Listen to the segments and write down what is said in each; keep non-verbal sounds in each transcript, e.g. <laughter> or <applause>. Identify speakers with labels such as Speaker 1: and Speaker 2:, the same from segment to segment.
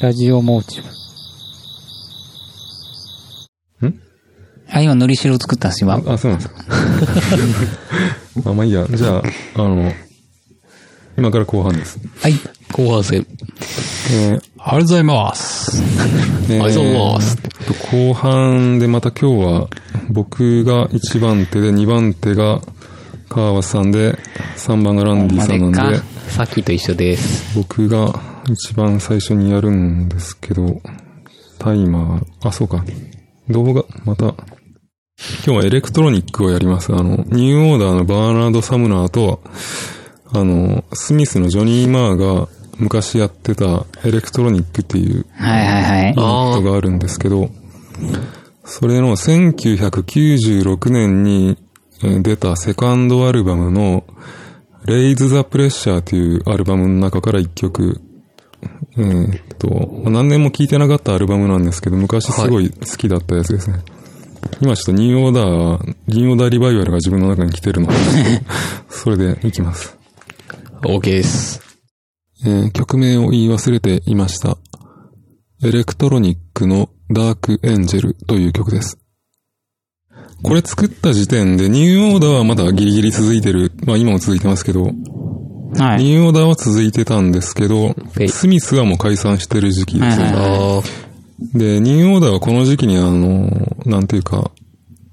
Speaker 1: ラジオモーチ
Speaker 2: ブ。ん
Speaker 1: あ、今、のりしろ作ったんです、今。
Speaker 2: あ、そうなん
Speaker 3: <laughs>
Speaker 2: ですか。あ、まあいいや。じゃあ、あの、今から後半です。
Speaker 3: はい。後半戦。
Speaker 2: えー
Speaker 3: ありがとうございます。
Speaker 2: えー
Speaker 3: ありがとうございます
Speaker 2: 後半でまた今日は、僕が1番手で2番手が川端さんで、3番がランディ
Speaker 3: ま
Speaker 2: さんなんで、
Speaker 3: さっきと一緒です。
Speaker 2: 僕が一番最初にやるんですけど、タイマー、あ、そうか。動画、また、今日はエレクトロニックをやります。あの、ニューオーダーのバーナード・サムナーと、あの、スミスのジョニー・マーが昔やってたエレクトロニックっていう
Speaker 1: はいはいはい。
Speaker 3: あ
Speaker 2: ことがあるんですけど、それの1996年にえー出たセカンドアルバムの Raise the Pressure というアルバムの中から一曲、えーっと、まあ何年も聴いてなかったアルバムなんですけど、昔すごい好きだったやつですね。今ちょっとニューオーダー、ニューオーダーリバイバルが自分の中に来てるので、それでいきます。
Speaker 3: あ、OK です。
Speaker 2: えー曲名を言い忘れていました。エレクトロニックのダークエンジェルという曲です。これ作った時点でニューオーダーはまだギリギリ続いてる。まあ今も続いてますけど、
Speaker 1: はい。
Speaker 2: ニューオーダーは続いてたんですけど
Speaker 3: い、
Speaker 2: スミスはもう解散してる時期です
Speaker 1: はい
Speaker 2: ね
Speaker 1: はい。
Speaker 3: あ
Speaker 2: で、ニューオーダーはこの時期にあの、なんていうか、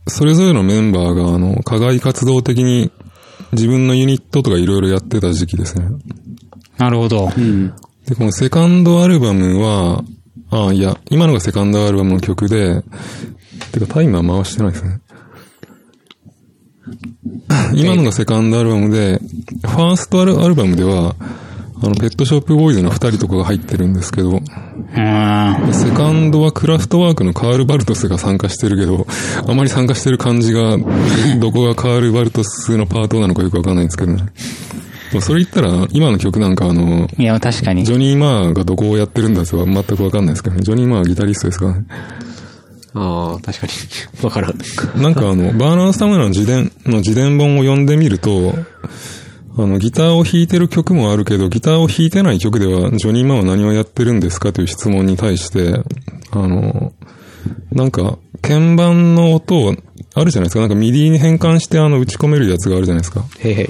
Speaker 2: それぞれのメンバーがあの、課外活動的に自分のユニットとかいろいろやってた時期ですね。
Speaker 1: なるほど。
Speaker 2: で、このセカンドアルバムは、あいや、今のがセカンドアルバムの曲で、てかタイマー回してないですね。今のがセカンドアルバムで、ファーストアルアルバムでは、あの、ペットショップボーイズの二人とかが入ってるんですけど、
Speaker 1: うーん。
Speaker 2: セカンドはクラフトワークのカール・バルトスが参加してるけど、あまり参加してる感じが、どこがカール・バルトスのパートなのかよくわかんないんですけどね。でもそれ言ったら、今の曲なんかあの、
Speaker 1: いや、確かに
Speaker 2: ジ。ョニー・マーがどこをやってるんだとは全くわかんないですけどね。ジョニー・マーはギタリストですからね。
Speaker 3: あー、確かに。わからん。
Speaker 2: なんかあの、 <laughs> バーナー・サムラの自伝、の自伝本を読んでみると、あの、ギターを弾いてる曲もあるけど、ギターを弾いてない曲では、ジョニー・マーは何をやってるんですかという質問に対して、あの、なんか、鍵盤の音を、あるじゃないですか。なんか、ミディに変換して、あの、打ち込めるやつがあるじゃないですか。
Speaker 3: へいへい。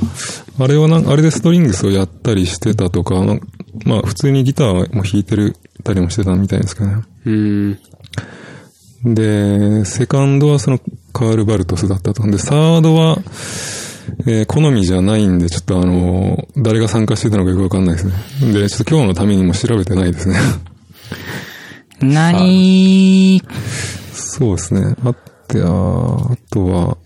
Speaker 2: あれはなんあれでストリングスをやったりしてたとか、なんかまあ、普通にギターも弾いてる、たりもしてたみたいですけどね。
Speaker 3: うーん。
Speaker 2: で、セカンドはそのカール・バルトスだったと。で、サードは、えー好みじゃないんで、ちょっとあのー誰が参加してたのかよくわかんないですね。で、ちょっと今日のためにも調べてないですね。
Speaker 1: 何
Speaker 2: そうですね。あって、あーあとは、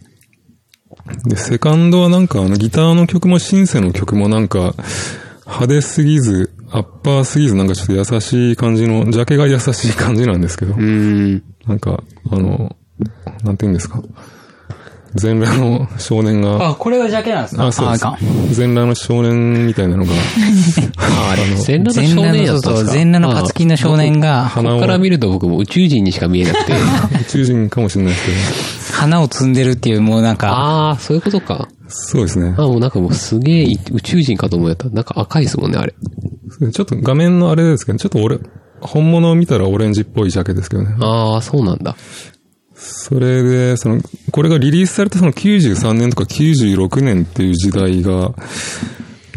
Speaker 2: で、セカンドはなんかあのギターの曲もシンセの曲もなんか派手すぎず、アッパーすぎず、なんかちょっと優しい感じの、ジャケが優しい感じなんですけど。
Speaker 3: うーん。
Speaker 2: なんか、あの、なんて言うんですか。全裸の少年が、
Speaker 1: あ、これがジャケなんです
Speaker 2: そうです
Speaker 1: か。。
Speaker 2: 全裸の少年みた
Speaker 1: <laughs>
Speaker 2: いなのが、
Speaker 3: あれ、全裸の
Speaker 1: 全
Speaker 3: 少
Speaker 1: 裸の、
Speaker 3: 年や
Speaker 1: そ
Speaker 3: っ
Speaker 1: う
Speaker 3: た
Speaker 1: そ
Speaker 3: んです
Speaker 1: う、
Speaker 3: か
Speaker 1: 全裸のパツキンの少年が、
Speaker 2: 鼻
Speaker 3: こ
Speaker 2: を
Speaker 3: こから見ると僕も宇宙人にしか見え
Speaker 1: <laughs>
Speaker 3: なくて。
Speaker 2: 宇宙人かもしれないですけど、
Speaker 1: 花を摘んでるっていう、もうなんか、
Speaker 3: ああ、そういうことか。
Speaker 2: そうですね
Speaker 3: あ。もうなんかもうすげえ宇宙人かと思えた。なんか赤いですもんね、あれ。
Speaker 2: ちょっと画面のあれですけど、ちょっと俺、本物を見たらオレンジっぽいジャケですけどね。
Speaker 3: ああ、そうなんだ。
Speaker 2: それで、その、これがリリースされたその93年とか96年っていう時代が、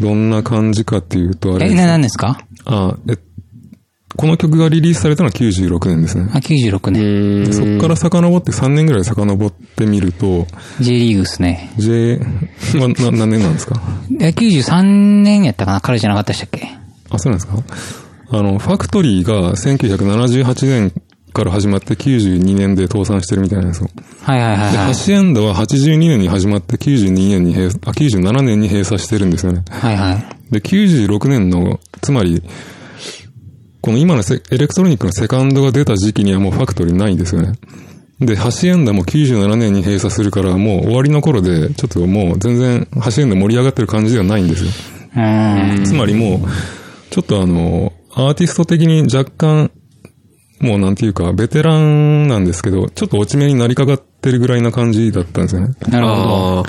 Speaker 2: どんな感じかっていうと、あれ
Speaker 1: え、
Speaker 2: ですね
Speaker 1: な、何ですか
Speaker 2: あ、え、この曲がリリースされたのは96年ですね
Speaker 1: あ、。96年。
Speaker 2: でそっから遡って3年ぐらい遡ってみると、
Speaker 1: J リーグですね。
Speaker 2: J、まな何年なんですか
Speaker 1: え、93年やったかな彼じゃなかったでしたっけ
Speaker 2: あ、そうなんですかあの、ファクトリーが1978年から始まって92年で倒産してるみたいなんですよ。
Speaker 1: はいはいはい
Speaker 2: で、
Speaker 1: は
Speaker 2: ハ
Speaker 1: い。
Speaker 2: シエンダは82年に始まって92年に閉鎖、あ、97年に閉鎖してるんですよね。
Speaker 1: はいはい。
Speaker 2: で、96年の、つまり、この今のセエレクトロニックのセカンドが出た時期にはもうファクトリーないんですよね。で、ハシエンダも97年に閉鎖するから、もう終わりの頃で、ちょっともう全然ハシエンダ盛り上がってる感じではないんですよ。
Speaker 1: うーん。
Speaker 2: つまりもう、ちょっとあの、アーティスト的に若干、もうなんていうか、ベテランなんですけど、ちょっと落ち目になりかかってるぐらいな感じだったんですよね。
Speaker 1: なるほど。
Speaker 3: ああ、
Speaker 2: ま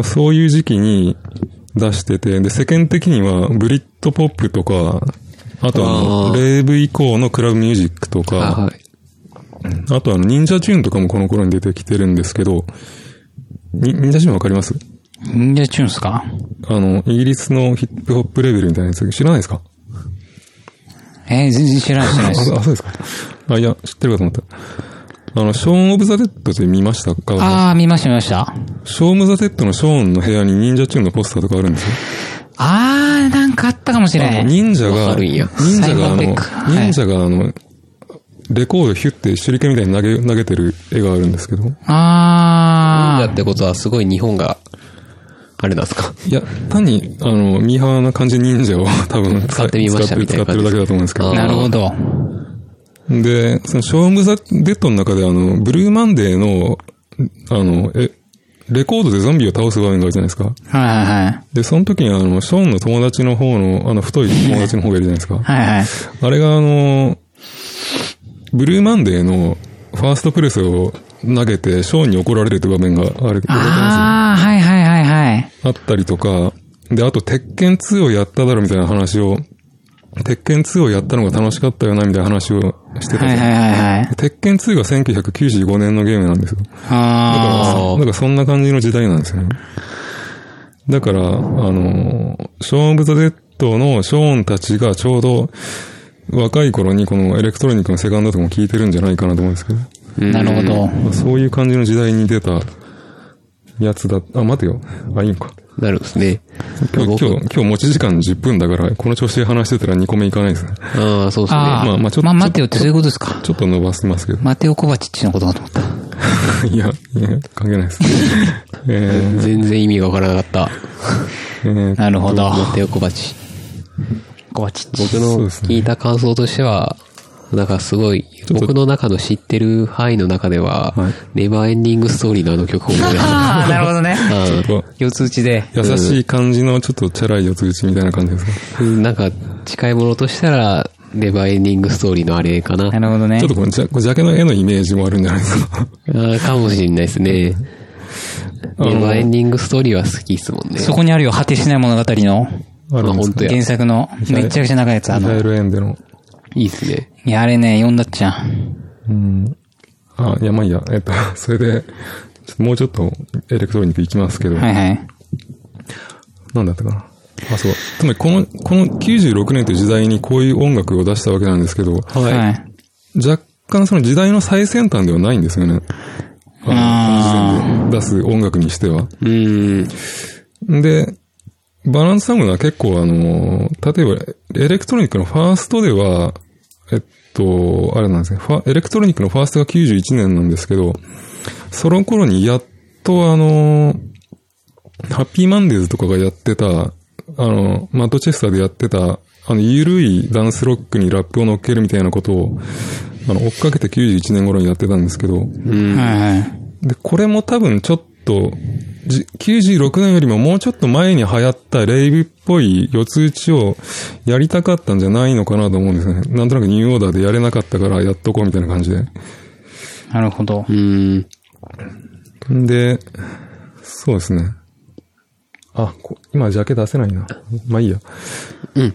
Speaker 2: あそういう時期に出してて、で、世間的にはブリッドポップとか、あとあ
Speaker 3: あ
Speaker 2: の、
Speaker 3: ー
Speaker 2: レイブ以降のクラブミュージックとか、
Speaker 3: はい。
Speaker 2: あとあの、忍者チューンとかもこの頃に出てきてるんですけど、に忍者チューンわかります
Speaker 1: 忍者チューンっすか
Speaker 2: あの、イギリスのヒップホップレベルみたいなやつ知らないですか
Speaker 1: えー全然知らない知らない
Speaker 2: あ、
Speaker 1: で
Speaker 2: あ
Speaker 1: す。
Speaker 2: そうですか。あ、いや、知ってるかと思った。あの、ショーン・オブ・ザ・デッドって見ましたか
Speaker 1: あー、見ました見ました。
Speaker 2: ショーン・オブ・ザ・デッドのショーンの部屋に忍者チューンのポスターとかあるんですよ。
Speaker 1: あー、なんかあったかもしれ
Speaker 2: あの
Speaker 1: ん。
Speaker 2: 忍者が、
Speaker 3: わかるん
Speaker 2: 忍
Speaker 3: や
Speaker 2: 者があ
Speaker 1: サイバーテッ
Speaker 2: の
Speaker 1: ク、はい
Speaker 2: 忍者があの、レコードヒュって手裏剣みたいに投げ、投げてる絵があるんですけど。
Speaker 1: あ
Speaker 3: だ
Speaker 1: ー
Speaker 3: っ。てことはすごい日本が、あれなんですか。
Speaker 2: いや、単に、あの、ミーハーな感じで忍者を <laughs> 多分
Speaker 3: 使ってみました
Speaker 2: 使って
Speaker 3: みたい
Speaker 2: 使っ
Speaker 3: な
Speaker 2: て
Speaker 3: 感じ
Speaker 2: るだけだと思うんですけど
Speaker 3: あ。
Speaker 1: なるほど。
Speaker 2: で、その、ショーン・オブ・ザ・デッドの中であの、ブルーマンデーの、あの、え、レコードでゾンビを倒す場面があるじゃないですか。
Speaker 1: はいはいはい。
Speaker 2: で、その時にあの、ショーンの友達の方の、あの、太い友達の方がいるじゃないですか。
Speaker 1: はいはい。
Speaker 2: あれがあの、ブルーマンデーのファーストプレスを投げて、ショーンに怒られるって場面がある。
Speaker 1: あー、はいはいはいはい。
Speaker 2: あったりとか、で、あと、鉄拳2をやっただろみたいな話を、鉄拳2をやったのが楽しかったよな、みたいな話をしてた
Speaker 1: はい
Speaker 2: じゃん
Speaker 1: はいはいはい。
Speaker 2: 鉄拳2が1995年のゲームなんですよ。
Speaker 1: あ
Speaker 2: だからそんな感じの時代なんですよね。だから、あの、ショーン・オブ・ザ・デッドのショーンたちがちょうど若い頃にこのエレクトロニックのセカンドとかも聞いてるんじゃないかなと思うんですけど、
Speaker 1: ー、なるほど。
Speaker 2: まあそういう感じの時代に出たやつだ。あ、待てよ。あ、いいのか。
Speaker 3: なるんですね。
Speaker 2: 今日、
Speaker 3: 僕
Speaker 2: 今日、今日持ち時間10分だから、この調子で話してたら2個目いかないですね。
Speaker 3: ああ、そうですね。
Speaker 1: あ
Speaker 2: まあまあち
Speaker 1: ー、
Speaker 2: ょっと
Speaker 1: まあ待てよってそういうことですか。
Speaker 2: ちょっと伸ばしてますけど。
Speaker 1: マテオ・コバチッチのことかと思った。
Speaker 2: いや、いや、関係ないです。えー
Speaker 3: 全然意味がわからなかった。
Speaker 2: えー
Speaker 1: なるほど。
Speaker 3: マテオコバチ。
Speaker 1: コバチッチ。
Speaker 3: 僕
Speaker 2: そう
Speaker 3: の
Speaker 2: ですね
Speaker 3: 聞いた感想としては、なんかすごい、
Speaker 2: ょっと
Speaker 3: 僕の中の知ってる範囲の中では、
Speaker 2: はい
Speaker 3: ネバーエンディングストーリーのあの曲を思い出
Speaker 1: <laughs>
Speaker 3: した。
Speaker 1: あー、なるほどね。
Speaker 2: ちょっと
Speaker 1: 四つ打ちで。
Speaker 2: 優しい感じの、ちょっとチャラい四つ打ちみたいな感じですか。
Speaker 3: うんなんか、近いものとしたら、ネバーエンディングストーリーのあれかな。
Speaker 1: なるほどね
Speaker 2: ちょっ。とこのジャジャケの絵のイメージもあるんじゃないですか。
Speaker 3: あーかもしれないですね。
Speaker 2: あの
Speaker 3: ネバーエンディングストーリーは好きですもんね。
Speaker 1: そこにあるよ、果てしない物語の
Speaker 2: あるんで
Speaker 3: あ
Speaker 2: すか
Speaker 3: 本当や
Speaker 1: 原作のめちゃくちゃ長いやつ、あ
Speaker 2: ミハ
Speaker 1: の
Speaker 2: エ。ル・エンデの。
Speaker 3: いいですね。
Speaker 1: いや、あれね、読んだっちゃん。
Speaker 2: うん。あ、いや、まあいいや。えっと、 <laughs> それで、ちょっともうちょっとエレクトロニック行きますけど、
Speaker 1: はいはい。
Speaker 2: なんだったかな。あ、そう。つまり、この、この96年という時代にこういう音楽を出したわけなんですけど、
Speaker 1: はい。
Speaker 2: 若干その時代の最先端ではないんですよね。あの、時点で出す音楽にしては。
Speaker 3: うーん。
Speaker 2: で、バランスタムは結構あの、例えば、エレクトロニックのファーストでは、えっと、あれなんですね、ファエレクトロニックのファーストが91年なんですけど、その頃にやっとあの、ハッピーマンデーズとかがやってた、あの、マッドチェスターでやってた、あの、ゆるいダンスロックにラップを乗っけるみたいなことを、あの、追っかけて91年頃にやってたんですけど、
Speaker 1: はいはい。
Speaker 2: で、これも多分ちょっと、じ96年よりももうちょっと前に流行ったレイブっぽい四つ打ちをやりたかったんじゃないのかなと思うんですよね。なんとなくニューオーダーでやれなかったからやっとこうみたいな感じで。
Speaker 1: なるほど
Speaker 3: う。ーん。
Speaker 2: で、そうですね。あ、こ今ジャケ出せないな。まあいいや。
Speaker 3: うん。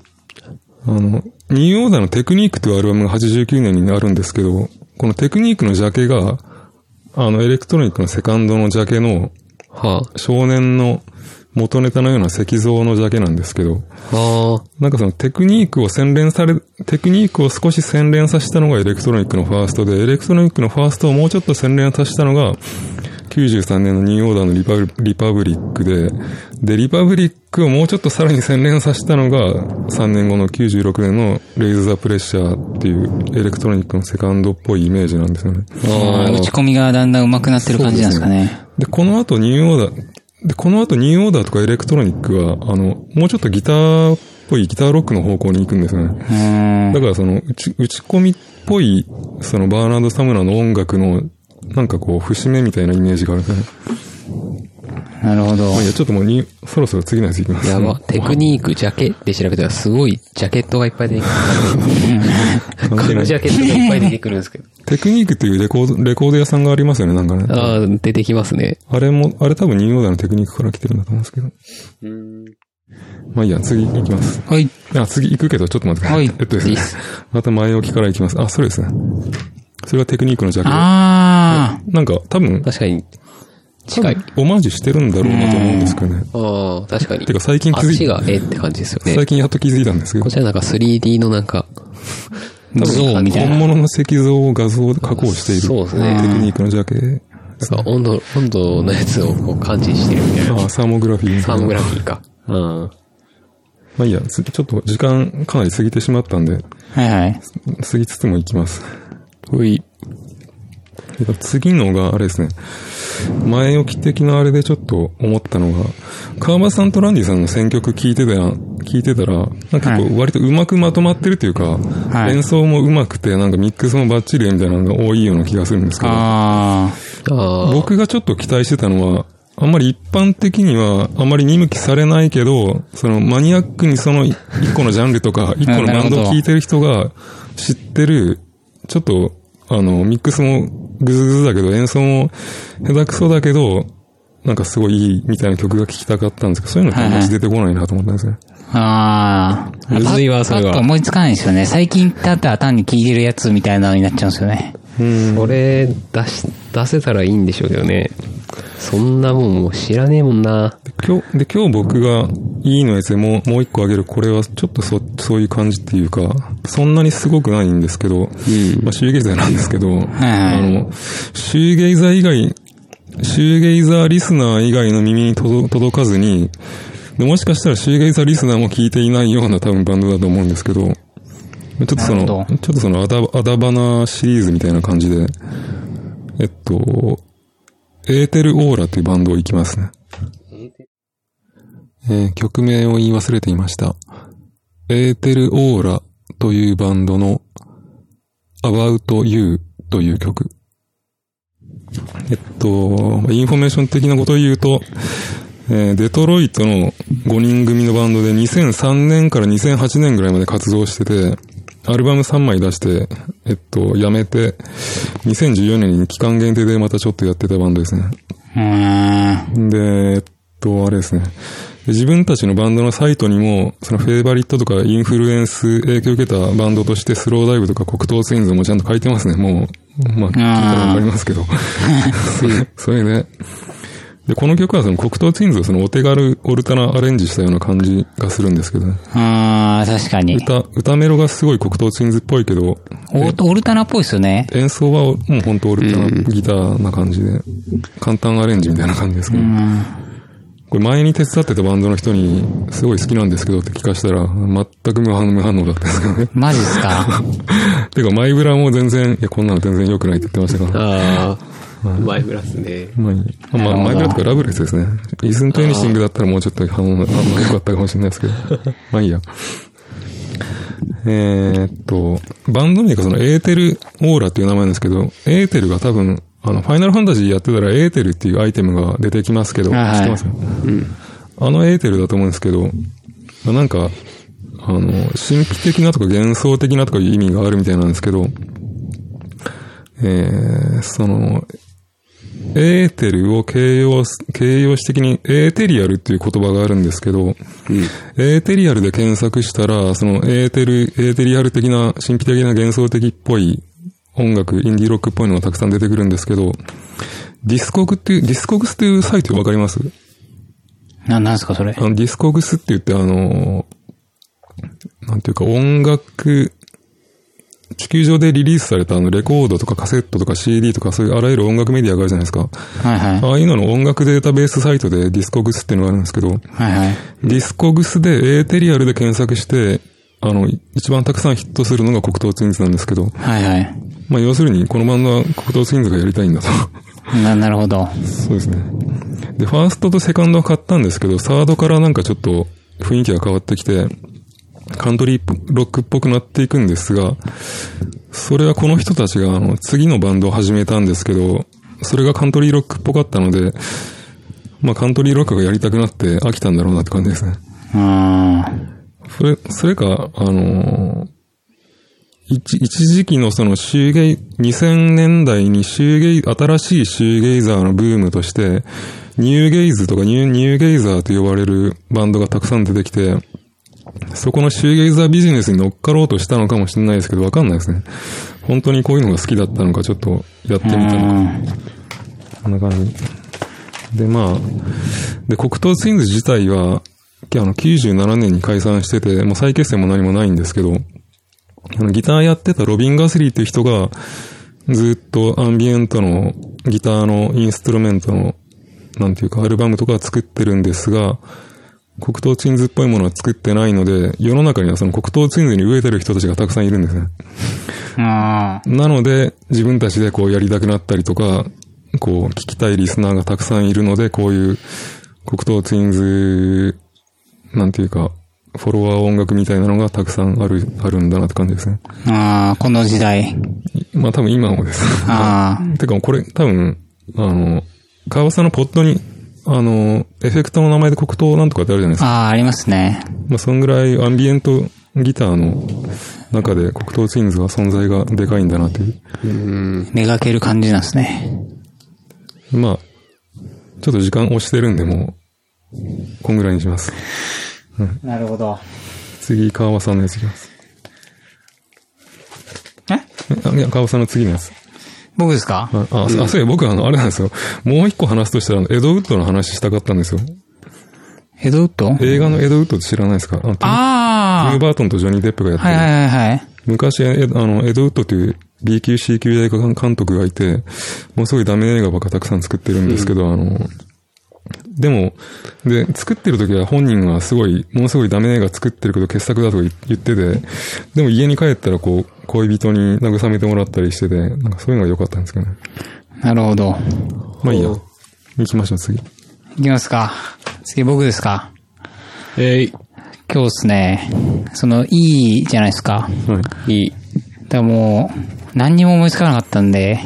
Speaker 2: あの、ニューオーダーのテクニックというアルバムが89年にあるんですけど、このテクニックのジャケが、あの、エレクトロニックのセカンドのジャケの、
Speaker 3: は
Speaker 2: 少年の元ネタのような石像のジャケなんですけど、
Speaker 3: あ。はあ。
Speaker 2: なんかそのテクニックを洗練され、テクニックを少し洗練させたのがエレクトロニックのファーストで、エレクトロニックのファーストをもうちょっと洗練させたのが、93年のニューオーダーのリパブリパブリックで、で、リパブリックをもうちょっとさらに洗練させたのが、3年後の96年のレイズ・ザ・プレッシャーっていうエレクトロニックのセカンドっぽいイメージなんですよね。
Speaker 1: あー打ち込みがだんだん上手くなってる感じなんですかね。
Speaker 2: で、この後ニューオーダー、で、この後ニューオーダーとかエレクトロニックは、あの、もうちょっとギターっぽい、ギターロックの方向に行くんですよね。
Speaker 1: うーん。
Speaker 2: だからその、打ち、打ち込みっぽい、そのバーナード・サムラーの音楽の、なんかこう、節目みたいなイメージがあるんですよね。
Speaker 1: なるほど
Speaker 2: まあ、。いや、ちょっともうに、そろそろ次のやついきます。
Speaker 3: やば。テクニック、ジャケって調べたらすごい <laughs> ジャケットがいっぱい出てくる。このジャケットがいっぱい出てくるんですけど。
Speaker 2: テクニックっていうレコード、レコード屋さんがありますよね、なんかね。
Speaker 3: <laughs> ああ、出てきますね。
Speaker 2: あれも、あれ多分ニューオーダーのテクニックから来てるんだと思うんですけど。まあいいや、次行きます。
Speaker 1: はい。
Speaker 2: あ、次行くけど、ちょっと待ってください。
Speaker 1: はい
Speaker 2: えっとです
Speaker 3: い
Speaker 2: ね
Speaker 3: いっす。
Speaker 2: また前置きから行きます。あ、それですね。それはテクニックのジャケッ
Speaker 1: あ
Speaker 2: ト。なんか、多分、
Speaker 3: 確かに、
Speaker 2: 多
Speaker 3: 近い。
Speaker 2: 分オマージュしてるんだろうなと思うんですけどね。
Speaker 3: ああ、確かに。
Speaker 2: てか最近気づい
Speaker 3: あっちが絵って感じですよね
Speaker 2: 最。近やっと気づいたんですけど
Speaker 3: こっ、ちらなんか 3D のなんか、
Speaker 1: あ、像みたい
Speaker 2: 本
Speaker 1: な。
Speaker 2: 物の石像を画像で加工している。
Speaker 3: そうですね
Speaker 2: テクニックのジャケ。
Speaker 3: なんか温度、温度のやつをこう感知してるみたいな。
Speaker 2: あ、サーモグラフィーみた
Speaker 3: サ
Speaker 2: いな
Speaker 3: ーモグラフィーか。うん。
Speaker 2: まあいいや、つちょっと時間かなり過ぎてしまったんで、
Speaker 1: はいはい。
Speaker 2: 過ぎつつも行きます。
Speaker 3: うい。
Speaker 2: えっと次のが、あれですね。前置き的なあれでちょっと思ったのが、川場さんとランディさんの選曲聞いてたら、聞いてたら、なんか結構割とうまくまとまってるというか、
Speaker 1: い
Speaker 2: 演奏もうまくて、なんかミックスもバッチリみたいなのが多いような気がするんですけど、
Speaker 1: あ
Speaker 3: ああ。
Speaker 2: 僕がちょっと期待してたのは、あんまり一般的には、あんまり見向きされないけど、そのマニアックにその一個のジャンルとか、一個の
Speaker 1: <laughs> なる
Speaker 2: バ
Speaker 1: ほ
Speaker 2: ン
Speaker 1: ど
Speaker 2: ドを聴いてる人が知ってる、ちょっと、あの、ミックスもグズグズだけど、演奏も下手くそだけど、なんかすごいいいみたいな曲が聴きたかったんですけど、そういうのってあんまり出てこないなと思ったんですね。
Speaker 1: あ。ああ。
Speaker 3: むずいわそれは
Speaker 1: パッと思いつかないですよね。最近ただ単に聴いてるやつみたいなのになっちゃうんですよね。
Speaker 3: それ、出し、出せたらいいんでしょうけどね。そんなもんもう知らねえもんな。
Speaker 2: で今日、で、今日僕が E のやつでもう、もう一個あげる、これはちょっとそ、そういう感じっていうか、そんなにすごくないんですけど、まあ、シューゲイザーなんですけど、あの、シューゲイザー以外、シューゲイザーリスナー以外の耳に届届かずに、で、もしかしたらシューゲイザーリスナーも聞いていないような多分バンドだと思うんですけど、ちょっとその、
Speaker 1: な
Speaker 2: ち
Speaker 1: る
Speaker 2: ょ
Speaker 1: ほ
Speaker 2: っとそのアダ、アダバナシリーズみたいな感じで、えっと、エーテルオーラというバンドを行きますね。えー曲名を言い忘れていました。エーテルオーラというバンドの About You という曲。えっと、インフォメーション的なことを言うと、えーデトロイトの5人組のバンドで2003年から2008年ぐらいまで活動してて、アルバム3枚出して、えっと、辞めて、2014年に期間限定でまたちょっとやってたバンドですね。
Speaker 1: うーん。
Speaker 2: で、えっと、あれですね。で自分たちのバンドのサイトにも、そのフェイバリットとかインフルエンス影響を受けたバンドとしてスローダイブとか黒糖ツインズもちゃんと書いてますね。もう、まあ、聞いたらわかりますけど。それそれね。で、この曲はその黒糖ツインズをそのお手軽オルタナアレンジしたような感じがするんですけどね。
Speaker 1: ああ、確かに。
Speaker 2: 歌、歌メロがすごい黒糖ツインズっぽいけど、
Speaker 1: オルオルタナっぽいですよね。
Speaker 2: 演奏はもう本当オルタナ、ギターな感じで、簡単アレンジみたいな感じですけど。これ前に手伝ってたバンドの人に、すごい好きなんですけどって聞かしたら、全く無反無反応だったんですけどね。 <laughs>
Speaker 1: マジっすか
Speaker 2: てか、マイブラも全然、いや、こんなの全然良くないって言ってましたから。
Speaker 3: ああ。マイブラスね。
Speaker 2: まあいいまあ、マイブラとかラブレスですね。イズントエニシングだったらもうちょっと反応があんま良かったかもしれないですけど。まあいいや。えーっと、バンド名がそのエーテルオーラっていう名前なんですけど、エーテルが多分、あの、ファイナルファンタジーやってたらエーテルっていうアイテムが出てきますけど、
Speaker 1: はいはい
Speaker 2: 知ってますあのエーテルだと思うんですけど、まあなんか、あの、神秘的なとか幻想的なとかいう意味があるみたいなんですけど、えー、その、エーテルを形容す、形容詞的にエーテリアルっていう言葉があるんですけど、エーテリアルで検索したら、そのエーテル、エーテリアル的な、神秘的な幻想的っぽい音楽、インディーロックっぽいのがたくさん出てくるんですけど、ディスコグっていう、ディスコグスっていうサイトわかります
Speaker 1: な、なんすかそれ
Speaker 2: あ。の、ディスコグスって言って、あのー、なんていうか音楽、地球上でリリースされたあのレコードとかカセットとか CD とかそういうあらゆる音楽メディアがあるじゃないですか。
Speaker 1: はいはい。
Speaker 2: ああいうのの音楽データベースサイトでディスコグスっていうのがあるんですけど、
Speaker 1: はいはい。
Speaker 2: ディスコグスでエーテリアルで検索して、あの、一番たくさんヒットするのが黒糖ツインズなんですけど、
Speaker 1: はいはい。
Speaker 2: まあ要するにこのバンドは黒糖ツインズがやりたいんだと。 <laughs>
Speaker 1: な、なるほど。
Speaker 2: そうですね。で、ファーストとセカンドは買ったんですけど、サードからなんかちょっと雰囲気が変わってきて、カントリーロックっぽくなっていくんですが、それはこの人たちがあの次のバンドを始めたんですけど、それがカントリーロックっぽかったので、まあカントリーロックがやりたくなって飽きたんだろうなって感じですね。
Speaker 1: うーん。
Speaker 2: それ、それか、あのー一一時期のそのシューゲイ、2000年代にシューゲイ、新しいシューゲイザーのブームとして、ニューゲイズとかニューニューゲイザーと呼ばれるバンドがたくさん出てきて、そこのシューゲイザービジネスに乗っかろうとしたのかもしれないですけど、わかんないですね。本当にこういうのが好きだったのか、ちょっとやってみたのか。こんな感じ。で、まあ、で、黒糖ツインズ自体は、あの、97年に解散してて、もう再結成も何もないんですけど、あの、ギターやってたロビン・ガスリーっていう人が、ずっとアンビエントのギターのインストゥルメントの、なんていうか、アルバムとかは作ってるんですが、黒糖ツインズっぽいものは作ってないので、世の中にはその黒糖ツインズに飢えてる人たちがたくさんいるんですね。
Speaker 1: あ
Speaker 2: なので、自分たちでこうやりたくなったりとか、こう聞きたいリスナーがたくさんいるので、こういう黒糖ツインズ、なんていうか、フォロワー音楽みたいなのがたくさんある、あるんだなって感じですね。
Speaker 1: あ。ああ、この時代。
Speaker 2: まあ多分今もです。 <laughs>
Speaker 1: ああ。
Speaker 2: てかこれ多分、あの、川端さんのポッドに、あの、エフェクトの名前で黒糖なんとかってあるじゃないですか。
Speaker 1: ああ、ありますね。
Speaker 2: まあそんぐらいアンビエントギターの中で黒糖ツインズは存在がでかいんだなという。
Speaker 1: めがける感じなんですね。
Speaker 2: まあ、ちょっと時間押してるんで、もう、こんぐらいにします。
Speaker 1: なるほど。
Speaker 2: 次、川場さんのやついきます。
Speaker 1: え
Speaker 2: えあいや、川場さんの次のやつ。
Speaker 1: 僕ですか
Speaker 2: あ、ああそういや、僕、あの、あれなんですよ。もう一個話すとしたら、あのエドウッドの話したかったんですよ。
Speaker 1: ヘドウッド
Speaker 2: 映画のエドウッドって知らないですかあのトムト
Speaker 1: あ
Speaker 2: ム・バートンとジョニー・デップがやっ
Speaker 1: あ。
Speaker 2: てる。
Speaker 1: はいはいはいはい。
Speaker 2: 昔、えあの、エドウッドという B 級、C 級映画監督がいて、もうすごいダメ映画ばっかたくさん作ってるんですけど、あの、でも、で、作ってる時は本人はすごい、ものすごいダメ映画作ってるけど傑作だとか言ってて、でも家に帰ったらこう、恋人に慰めてもらったりしてて、なんかそういうのが良かったんですけどね。
Speaker 1: なるほど。
Speaker 2: まあいいや。行きましょう、次。
Speaker 1: いきますか。次僕ですか。
Speaker 3: えい。
Speaker 1: 今日ですね、その、いいじゃないですか。
Speaker 2: はい。
Speaker 3: いい。
Speaker 1: だからもう、何にも思いつかなかったんで、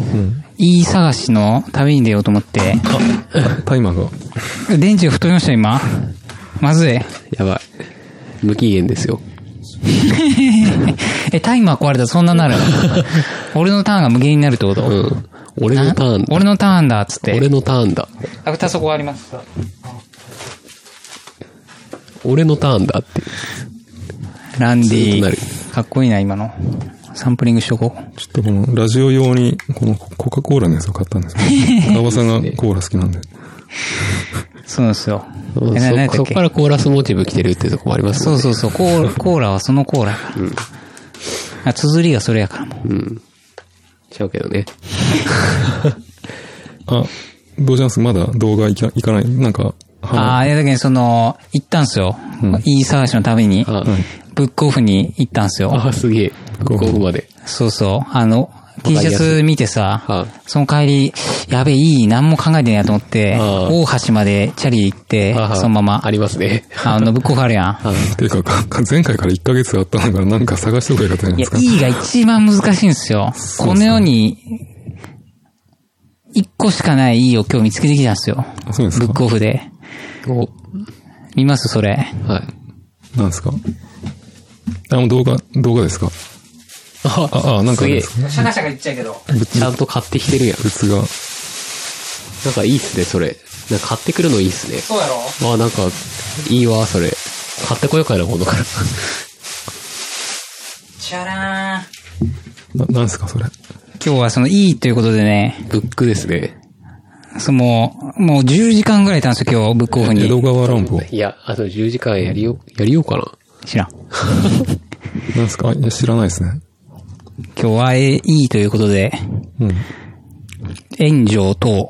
Speaker 1: いい探しの旅に出ようと思って、
Speaker 2: あ、タイマーが。
Speaker 1: 電池が太りました今。まずい。
Speaker 3: やばい。無期限ですよ。
Speaker 1: え、タイマー壊れたらそんな <laughs> なる俺のターンが無限になるってこと、
Speaker 3: うん。俺のターンだ。
Speaker 1: 俺のターンだっつって。
Speaker 3: 俺のターンだ。
Speaker 1: あ、蓋そこあります。
Speaker 3: 俺のターンだって。
Speaker 1: ランデ
Speaker 3: ずっ
Speaker 1: ィ
Speaker 3: となる
Speaker 1: かっこいいな、今の。サンプリングしとこう。
Speaker 2: ちょっとこの、ラジオ用に、このコカ・コーラのやつを買ったんです
Speaker 3: <laughs>
Speaker 2: けど、川場さんがコーラ好きなんで。
Speaker 1: そうなんですよ。
Speaker 3: うん
Speaker 1: えな何やっ
Speaker 3: そ
Speaker 1: た
Speaker 3: そ
Speaker 1: っ
Speaker 3: っ
Speaker 1: け
Speaker 3: からコーラスモチーフ来てるってとこもあります
Speaker 1: そ
Speaker 3: もん
Speaker 1: う
Speaker 3: ね
Speaker 1: そうそう、コ
Speaker 3: <laughs>
Speaker 1: ーラ、コーラはそのコーラ。あ、綴りがそれやからもう。
Speaker 3: ちゃうけどね。
Speaker 2: あ、どうしますまだ動画いかいかない。なんか、
Speaker 1: ああ、いやだけどその、行ったんすよ。いい探しのために
Speaker 3: あ、
Speaker 1: ブックオフに行ったんすよ。
Speaker 3: あ、すげえ。
Speaker 2: こ
Speaker 3: こ
Speaker 2: う
Speaker 3: こまで。
Speaker 1: そうそう。あの、
Speaker 3: かり
Speaker 1: T
Speaker 3: やす
Speaker 1: シ
Speaker 3: い
Speaker 1: ャツ見て
Speaker 3: は
Speaker 1: さ
Speaker 3: い、
Speaker 1: その帰り、やべえ、いい、何も考えてないなと思って、
Speaker 3: あ
Speaker 1: 大橋までチャリ行って
Speaker 3: あ、
Speaker 1: そのまま
Speaker 3: あ、りますね。
Speaker 1: あの、ブックオフあるやん。
Speaker 2: ていうかか、 <laughs> 前回から1ヶ月あったんだからなんか探しておけばよかったじゃない
Speaker 1: い
Speaker 2: で
Speaker 1: や
Speaker 2: すか、。
Speaker 1: E が一番難しいんですよ。この世に、一個しかない E を今日見つけてきたんですよ。
Speaker 2: あそうです
Speaker 1: ブッ
Speaker 2: か
Speaker 1: クオフで。
Speaker 3: お
Speaker 1: 見ますそれ。
Speaker 3: <laughs> はい。
Speaker 2: なんですかあ、もう動画、動画ですか
Speaker 3: あ、
Speaker 2: あ、あ、なんかあれ
Speaker 3: すげ
Speaker 2: で
Speaker 3: え。
Speaker 2: すね。
Speaker 1: シャカシャカ言っちゃうけど。
Speaker 3: ちゃんと買ってきてるやん。
Speaker 2: 物が。
Speaker 3: なんかいいっすね、それ。なんか買ってくるのいいっすね。
Speaker 1: うやろ
Speaker 3: あ、なんか、いいわ、それ。買ってこようかな、今度から。 <laughs>
Speaker 1: チャラーン。
Speaker 2: ななんですかそれ。
Speaker 1: 今日はその E ということでね、
Speaker 3: ブックですね。
Speaker 1: その、もう10時間ぐらいいたんですよ、今日、ブックオフ
Speaker 2: 江戸
Speaker 1: に。
Speaker 2: 川乱歩。
Speaker 3: いや、あと10時間やりよう、やりようかな。
Speaker 1: 知らん。
Speaker 2: なんですかあいや、知らないですね。
Speaker 1: 今日は A- E ということで、
Speaker 2: うん。
Speaker 1: 炎上等。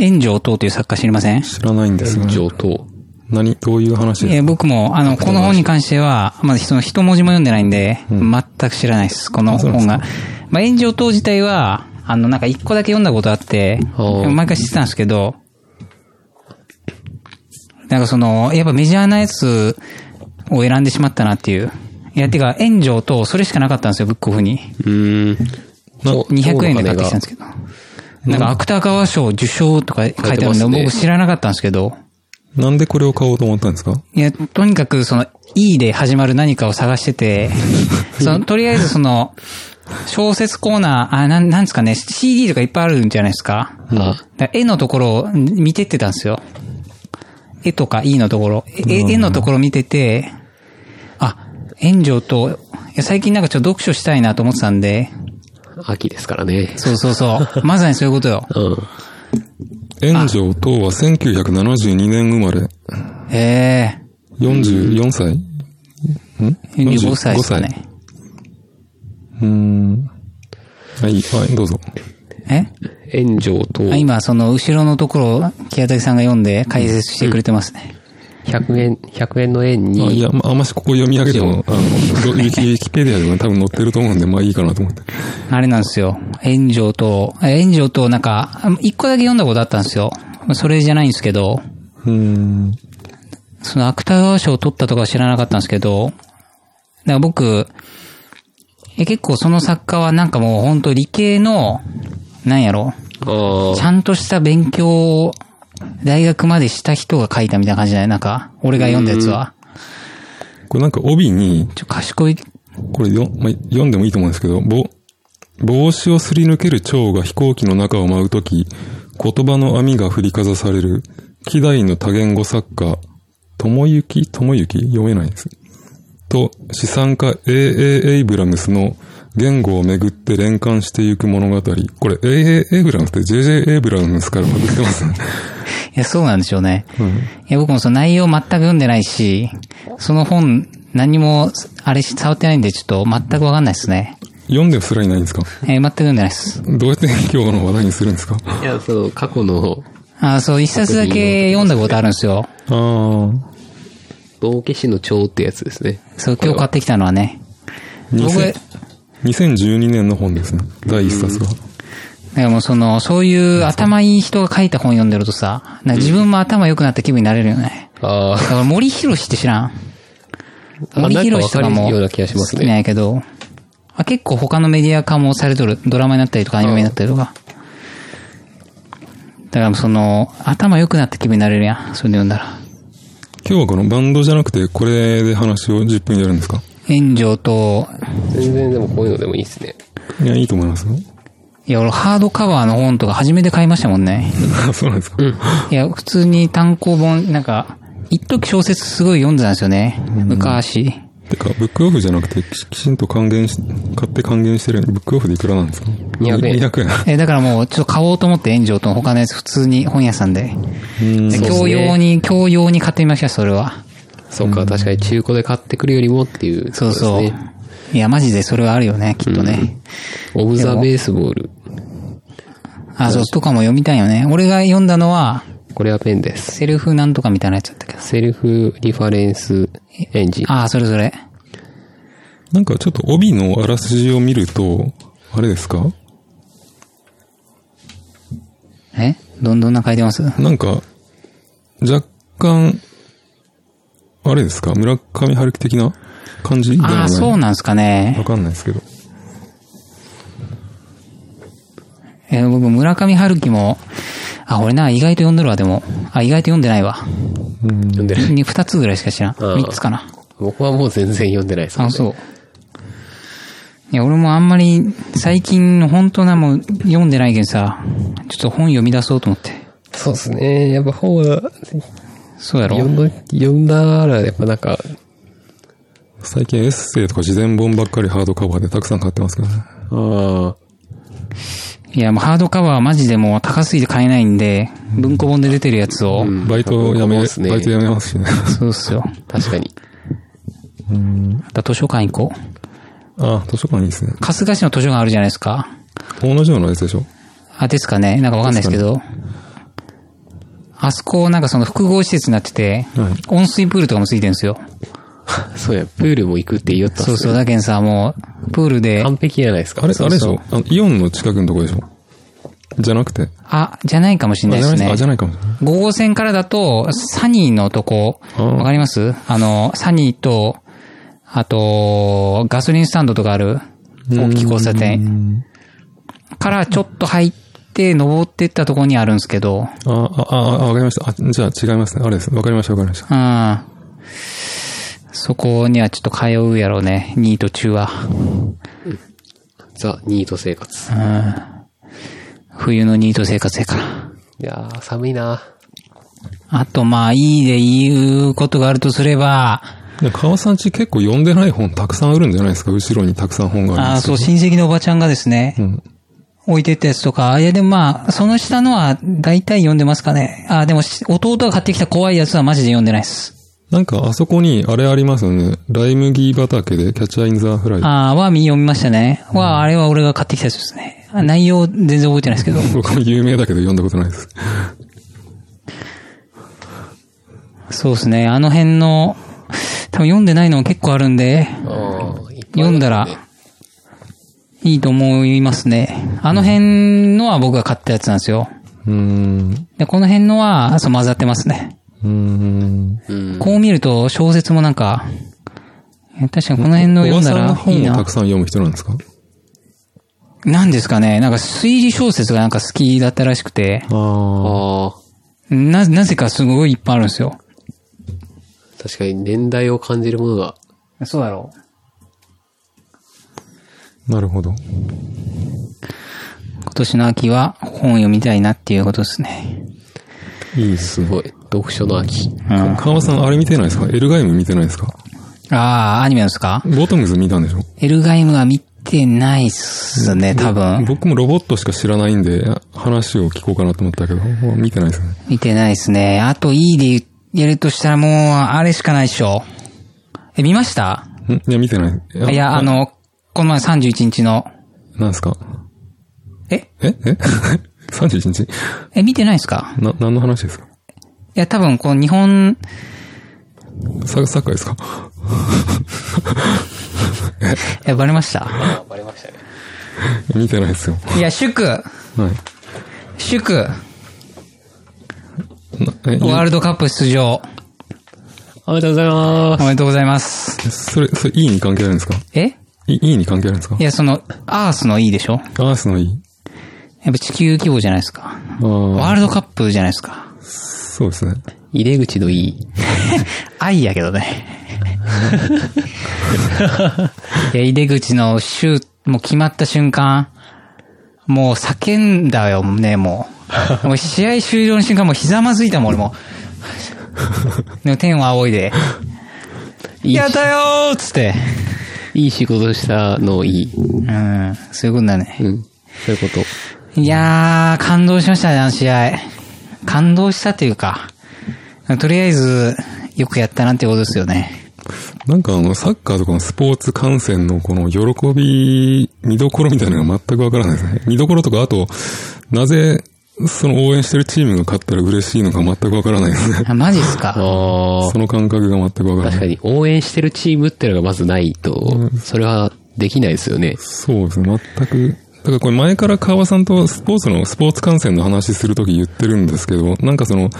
Speaker 1: 炎上等という作家知りません
Speaker 2: 知らないんですよね。
Speaker 3: 上等。
Speaker 2: 何どういう話
Speaker 1: えー僕も、あの、この本に関しては、まだその一文字も読んでないんで、全く知らないです、この本が。まあ、炎上等自体は、あの、なんか一個だけ読んだことあって、で
Speaker 3: おー
Speaker 1: も毎回知ってたんですけど、なんかその、やっぱメジャーなやつを選んでしまったなっていう。いや、てか、炎上と、それしかなかったんですよ、ブックオフに。
Speaker 3: うーん。
Speaker 1: 200円で買ってきたんです
Speaker 3: け
Speaker 1: けど。なんか、芥川賞受賞とか書いてあるんで、
Speaker 3: 書いてますね
Speaker 1: 僕知らなかったんですけど、
Speaker 2: なんでこれを買おうと思ったんですか
Speaker 1: いや、とにかく、その、E で始まる何かを探して <laughs> て、その、とりあえずその、小説コーナー、あ、なん、なんですかね、CD とかいっぱいあるんじゃないですか。
Speaker 3: あ
Speaker 1: だから絵のところを見てってたんですよ。絵とか E のところ。え絵のところ見てて、あ、炎上と、いや最近なんかちょっと読書したいなと思ってたんで、
Speaker 3: 秋ですからね。
Speaker 1: そうそうそう。 <laughs> まさにそういうことよ。
Speaker 3: うん。
Speaker 2: 炎上等は1972年生まれ。
Speaker 1: え
Speaker 2: 44歳ん
Speaker 1: え25歳ですかね。。
Speaker 2: 45うーん。はい、はい、どうぞ。
Speaker 1: え
Speaker 3: 炎上と
Speaker 1: あ今、その後ろのところを、木谷さんが読んで解説してくれてますね。
Speaker 3: 100円、100円の円
Speaker 2: あい
Speaker 3: に、
Speaker 2: や、まああんましここ読み上げても、あの、ウィキウィキペディアでも多分載ってると思うんで、まあいいかなと思って。
Speaker 1: あれなんですよ。炎上と、え炎上となんか、あ一個だけ読んだことあったんですよ。まあそれじゃないんですけど、
Speaker 2: うーん。
Speaker 1: その芥川賞を取ったとかは知らなかったんですけど、だから僕、え結構その作家はなんかもう本当理系の、なんやろ、
Speaker 3: あ
Speaker 1: ちゃんとした勉強を大学までした人が書いたみたいな感じじゃないなんか、俺が読んだやつは。
Speaker 2: これなんか帯に、
Speaker 1: ちょ、賢い、
Speaker 2: これよ、まあ、読んでもいいと思うんですけど、ぼ、帽子をすり抜ける蝶が飛行機の中を舞うとき、言葉の網が振りかざされる、希代の多言語作家、友幸友幸読めないです。と、資産家 A.A. エイブラムスの言語をめぐって連関していく物語。これ A.A. エイブラムスって J.J. エイブラムスから外してますね。 <laughs>
Speaker 1: いや、そうなんでしょうね。いや、僕もその内容全く読んでないし、その本、何も、あれし、触ってないんで、ちょっと全くわかんないですね。
Speaker 2: 読んですらいないんですか
Speaker 1: えー全く読んでないです。
Speaker 2: どうやって今日の話題にするんですかあ
Speaker 3: あ。いや、その、過去の、
Speaker 1: あーそう、一冊だけ読んだことあるんですよ。
Speaker 2: あー。
Speaker 3: 道化師の蝶ってやつですね。
Speaker 1: そう、今日買ってきたのはね。僕、だ
Speaker 2: 2000
Speaker 1: か
Speaker 2: 2012年の本ですね。第一冊が。
Speaker 1: らもうその、そういう頭いい人が書いた本読んでるとさ、なんか自分も頭良くなった気分になれるよね。
Speaker 3: ああ
Speaker 1: だ。から森博って知らん
Speaker 3: あ
Speaker 1: 森博とか
Speaker 3: なんかわか
Speaker 1: も
Speaker 3: るよう
Speaker 1: 好
Speaker 3: な気がしますね
Speaker 1: きなんやけど、あ結構他のメディア化もされとる、ドラマになったりとかアニメになったりとか。だからその、頭良くなった気分になれるやん。それで読んだら。
Speaker 2: 今日はこのバンドじゃなくて、これで話を10分やるんですか
Speaker 1: 炎上と、
Speaker 3: 全然でもこういうのでもいいですね。
Speaker 2: いや、いいと思いますよ。
Speaker 1: いや、俺ハードカバーの本とか初めて買いましたもんね。
Speaker 2: あ <laughs> そうなんですか。
Speaker 1: いや、普通に単行本、なんか、一時小説すごい読んでたんですよね。昔。
Speaker 2: てか、ブックオフじゃなくて、ききちんと還元し、買って還元してるブックオフでいくらなんですか
Speaker 3: 200円
Speaker 2: 200円。
Speaker 1: え、だからもう、ちょっと買おうと思って、炎上と他のやつ普通に本屋さんで。で
Speaker 3: そうっすね
Speaker 1: 教養に、教養に買ってみました、それは。
Speaker 3: そうか、確かに中古で買ってくるよりもっていうとこ
Speaker 1: そ
Speaker 3: ろ
Speaker 1: う
Speaker 3: ですね。
Speaker 1: そう。いや、マジでそれはあるよね、きっとね。
Speaker 3: オブザ・ベースボール。
Speaker 1: あ、そう、とかも読みたいよね。俺が読んだのは、
Speaker 3: これはペンです。
Speaker 1: セルフなんとかみたいなやつだったけど。
Speaker 3: セルフリファレンスエンジン。
Speaker 1: あ、それそれ。
Speaker 2: なんかちょっと帯のあらすじを見ると、あれですか
Speaker 1: えどんどんな書いてます
Speaker 2: なんか、若干、あれですか村上春樹的な感じではない
Speaker 1: ああ、そうなんすか
Speaker 2: わ
Speaker 1: ね。
Speaker 2: かんないですけど。
Speaker 1: えー僕、村上春樹も、あ、俺な、意外と読んでるわ、でも。あ、意外と読んでないわ。
Speaker 3: 読んでない。
Speaker 1: に二つぐらいしか知らん。
Speaker 3: ー
Speaker 1: 三つかな。
Speaker 3: 僕はもう全然読んでないです、
Speaker 1: あ、そう。いや、俺もあんまり、最近、本当なもう読んでないけどさ、ちょっと本読み出そうと思って。
Speaker 3: う。そうですね。やっぱ本は、
Speaker 1: そうやろ
Speaker 3: 読んだ、読んだら、やっぱなんか、
Speaker 2: 最近エッセイとか自伝本ばっかりハードカバーでたくさん買ってますけどね。
Speaker 3: ああ、
Speaker 1: いや、もうハードカバーはマジでもう高すぎて買えないんで、文庫本で出てるやつを、
Speaker 2: バイトやめ、
Speaker 3: 僕も
Speaker 2: バ
Speaker 3: っ
Speaker 2: イ
Speaker 3: すね
Speaker 2: トやめますしね。
Speaker 1: そうっすよ。
Speaker 3: 確かに。
Speaker 1: あと図書館行こう。
Speaker 2: あ、図書館いいですね。
Speaker 1: 春日市の図書館あるじゃないですか。
Speaker 2: 同じようなやつでしょ
Speaker 1: あ、ですかね。なんかわかんないですけど。あそこ、なんかその複合施設になってて、
Speaker 2: はい
Speaker 1: 温水プールとかもついてるんですよ。
Speaker 3: そうや、プールも行くって言おったっす
Speaker 1: そうそう。だけんさ、もう、プールで、
Speaker 3: 完璧じゃないですか。
Speaker 2: あれ、
Speaker 3: そう
Speaker 2: あれでし
Speaker 3: そう
Speaker 2: ょあの、イオンの近くのとこでしょじゃなくて。
Speaker 1: あ、じゃないかもしれ
Speaker 2: あ
Speaker 1: ない
Speaker 2: じ
Speaker 1: で
Speaker 2: ゃ
Speaker 1: す
Speaker 2: ない、
Speaker 1: ね
Speaker 2: あ、じ。ゃないかもしれない。
Speaker 1: 5号線からだと、サニーのとこ、
Speaker 2: ああ
Speaker 1: わかりますあの、サニーと、あと、ガソリンスタンドとかある、大きい交差点。からちょっと入って、登ってったとこにあるんですけど、
Speaker 2: あ、あ、あ、あわかりました。あ、じゃあ違いますね。あれです。わかりました、わかりました。
Speaker 1: うん。そこにはちょっと通うやろうね、ニート中は。
Speaker 3: ザ・ニート生活。
Speaker 1: 冬のニート生活やから。
Speaker 3: いやー、寒いな
Speaker 1: あと、まあ、いいで言うことがあるとすれば、
Speaker 2: で川さんち結構読んでない本たくさんあるんじゃないですか後ろにたくさん本があるん
Speaker 1: あ
Speaker 2: で
Speaker 1: あ、
Speaker 2: すよ
Speaker 1: そう、親戚のおばちゃんがですね、
Speaker 2: ん
Speaker 1: 置いてったやつとか、いや、でもまあ、その下のは大体読んでますかね。ああ、でも、し弟が買ってきた怖いやつはマジで読んでないです。
Speaker 2: なんかあそこにあれありますよね。ライ麦畑でキャッチャーインザーフライ。
Speaker 1: ああ、は見読みましたね。は、あれは俺が買ってきたやつですね。あ内容全然覚えてないですけど。
Speaker 2: 僕も有名だけど読んだことないです。
Speaker 1: そうですね。あの辺の、多分読んでないのも結構あるんで、読んだら、いいと思いますね。あの辺のは僕が買ったやつなんですよ。
Speaker 2: うーん。
Speaker 1: で、この辺のは、そう混ざってますね。
Speaker 2: うーん。
Speaker 3: うん。
Speaker 1: こう見ると小説もなんか、え確かにこの辺の
Speaker 2: お
Speaker 1: 読
Speaker 2: ば
Speaker 1: んだ
Speaker 2: さん
Speaker 1: らい
Speaker 2: の
Speaker 1: い
Speaker 2: 本をた
Speaker 1: な
Speaker 2: く。さん読む人なんですか
Speaker 1: なんですかね、なんか推理小説がなんか好きだったらしくて、
Speaker 2: ああ。
Speaker 3: あ
Speaker 1: な、なぜかすごいいっぱいあるんですよ。
Speaker 3: ー、確かに年代を感じるものが、
Speaker 1: そうだろう。
Speaker 2: なるほど。
Speaker 1: 今年の秋は本を読みたいなっていうことですね。
Speaker 2: いいです
Speaker 3: す
Speaker 2: ね。
Speaker 3: ごい、読書の秋。
Speaker 1: うん。あ
Speaker 2: 川さん、あれ見てないですかエルガイム見てないですか
Speaker 1: あー、アニメなんですか
Speaker 2: ボトムズ見たんでしょ
Speaker 1: エルガイムは見てないっすね、多分。
Speaker 2: 僕もロボットしか知らないんで、話を聞こうかなと思ったけど、もう見てないですね。
Speaker 1: 見てないっすね。あといいで言やるとしたらもう、あれしかないっしょ。え、見ました
Speaker 2: んいや、見てない。
Speaker 1: いや、あ、の、この前31日の、
Speaker 2: なんですか
Speaker 1: え
Speaker 2: ええ <laughs> ?31 日
Speaker 1: え、見てないですか
Speaker 2: な、何の話ですか
Speaker 1: いや、多分、この日本、
Speaker 2: ササッカーですか
Speaker 1: え、バレました
Speaker 3: あ、バレましたね。
Speaker 2: 見てないですよ。
Speaker 1: いや、祝、
Speaker 2: はい。
Speaker 1: 祝、
Speaker 2: なえ
Speaker 1: ワールドカップ出場、
Speaker 3: おめでとうござい
Speaker 1: お
Speaker 3: ます。
Speaker 1: めでとうございます。
Speaker 2: それ、それ、E に関係あるんですか
Speaker 1: え
Speaker 2: ?E, e に関係あるんですか
Speaker 1: いや、その、アースのいいでしょやっ
Speaker 2: アースの E。
Speaker 1: ぱ地球規模じゃないですか。
Speaker 2: あ
Speaker 1: ワ
Speaker 2: あ、
Speaker 1: ールドカップじゃないですか。
Speaker 2: そうですね。
Speaker 3: 入れ口のいい。
Speaker 1: <laughs> 愛やけどね。 <laughs> いや、入り口のシュート、もう決まった瞬間、もう叫んだよね、も <laughs> う。もう試合終了の瞬間、もうひざまずいたもん、俺も。でも天を仰いで、
Speaker 3: い
Speaker 1: <laughs>
Speaker 3: い
Speaker 1: やったよーっつって。
Speaker 3: いい仕事したのいい。
Speaker 1: うん、そういうことだね。
Speaker 3: うん。そういうこと。
Speaker 1: いやー、感動しましたね、あの試合。感動したというか、とりあえず、よくやったなってことですよね。
Speaker 2: なんかあの、サッカーとかのスポーツ観戦のこの喜び、見どころみたいなのが全くわからないですね。見どころとか、あと、なぜ、その応援してるチームが勝ったら嬉しいのか全くわからないです
Speaker 1: <laughs>
Speaker 2: ね。
Speaker 1: あマジっすか
Speaker 3: あ
Speaker 2: その感覚が全くわ
Speaker 3: あ、
Speaker 2: からな
Speaker 3: 確か
Speaker 2: い。
Speaker 3: に応援してるチームってのがまずないと、それはできないですよね。
Speaker 2: そうですね、全く。だからこれ前から川さんとスポーツの、スポーツ観戦の話するとき言ってるんですけど、なんかその、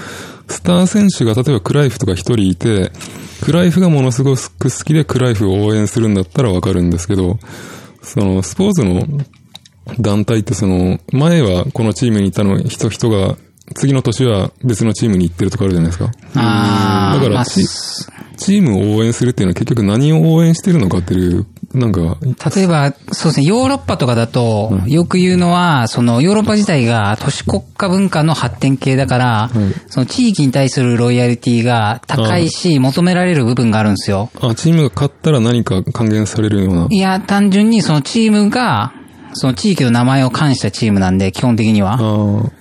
Speaker 2: スター選手が例えばクライフとか一人いて、クライフがものすごく好きでクライフを応援するんだったらわかるんですけど、その、スポーツの団体ってその、前はこのチームにいたの、人々が、次の年は別のチームに行ってるとかあるじゃないですか。
Speaker 1: あー
Speaker 2: だから
Speaker 1: まあ
Speaker 2: チチームを応援するっていうのは結局何を応援してるのかっていう、なんか、
Speaker 1: 例えば、そうですね、ヨーロッパとかだと、よく言うのは、その、ヨーロッパ自体が都市国家文化の発展系だから、その地域に対するロイヤリティが高いし、求められる部分があるんですよ。
Speaker 2: あ、チームが勝ったら何か還元されるような。
Speaker 1: いや、単純にそのチームが、その地域の名前を冠したチームなんで、基本的には。
Speaker 2: あ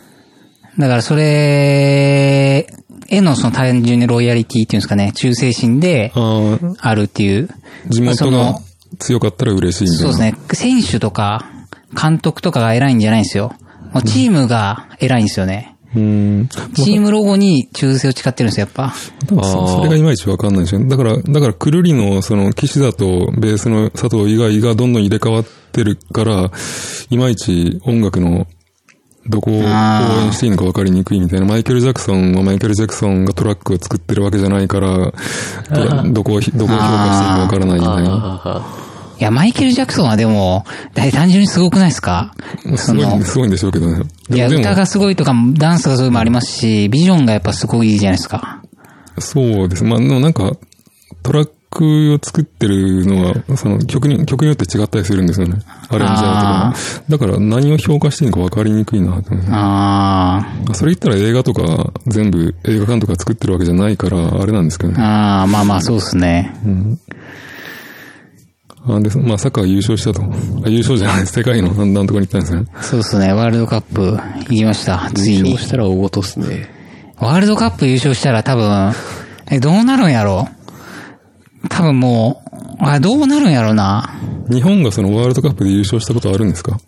Speaker 1: だからそれ、へのその単純にロイヤリティっていうんですかね、忠誠心で
Speaker 2: あ、ああ、
Speaker 1: あるっていう。
Speaker 2: 地
Speaker 1: まあそ
Speaker 2: 元
Speaker 1: の
Speaker 2: が強かったら嬉しいみたい
Speaker 1: そう
Speaker 2: な。
Speaker 1: ですね。選手とか、監督とかが偉いんじゃないんですよ。もうチームが偉いんですよね。
Speaker 2: うーん。
Speaker 1: チームロゴに忠誠を誓ってるんですよ、やっぱ。
Speaker 2: 多分そそれがいまいちわかんないですよね。だから、だから、くるりの、その、岸田とベースの佐藤以外がどんどん入れ替わってるから、いまいち音楽の、どこを応援していいのか分かりにくいみたいな。マイケル・ジャクソンはマイケル・ジャクソンがトラックを作ってるわけじゃないから、どどこをひ、どこを評価していいか分からないみたいな。
Speaker 3: あ
Speaker 1: いや、マイケル・ジャクソンはでも、大単純にすごくないですか
Speaker 2: すごい、すごいんでしょうけどね。
Speaker 1: い
Speaker 2: で
Speaker 1: や、
Speaker 2: も、
Speaker 1: 歌
Speaker 2: で
Speaker 1: がすごいとか、ダンスがすごいもありますし、ビジョンがやっぱすごいじゃないですか。
Speaker 2: も、そうです。まあ、でもなんか、トラックを作ってるのは、その曲に、曲によって違ったりするんですよね。アレンジャー
Speaker 1: あ
Speaker 2: とか。だから何を評価していいのか分かりにくいなと思います
Speaker 1: あ
Speaker 2: それ言ったら映画とか全部映画館とか作ってるわけじゃないから、あれなんですけど
Speaker 1: あ、
Speaker 2: ね。
Speaker 1: ああ、まあまあ、そうですね。
Speaker 2: あで、まあサッカーが優勝したと。あ優勝じゃない、世界の <laughs> 判断のとこに行ったんですね。
Speaker 1: そうですね。ワールドカップ行きました。つい
Speaker 3: 優
Speaker 1: に
Speaker 3: 勝。したら大事っすね。
Speaker 1: ワールドカップ優勝したら多分、え、どうなるんやろう多分もう、あ、どうなるんやろうな。
Speaker 2: 日本がそのワールドカップで優勝したことあるんですか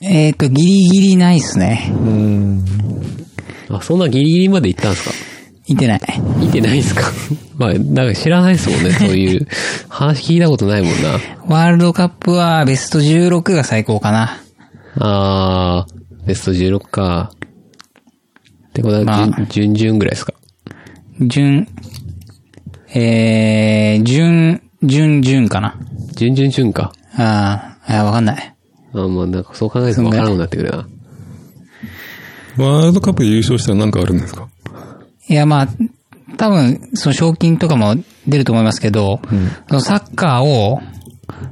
Speaker 1: えっ、と、ギリギリないっすね。
Speaker 3: あ、そんなギリギリまで行ったんですか
Speaker 1: いてない。
Speaker 3: 見てないんすか <laughs> まあ、なんか知らないですもんね、そう <laughs> いう。話聞いたことないもんな。
Speaker 1: ワールドカップはベスト16が最高かな。
Speaker 3: あー、ベスト16か。ってことは、
Speaker 1: まあ
Speaker 3: 準準々ぐらいですか。
Speaker 1: 準、えー、準、準、準かな。
Speaker 3: 準々準か。
Speaker 1: あーあー、わかんない。
Speaker 3: あーまあ、なんかそう考えると分からなくなってくるな。
Speaker 2: ワールドカップで優勝したら何かあるんですか
Speaker 1: いや、まあ、多分、その賞金とかも出ると思いますけど、そのサッカーを、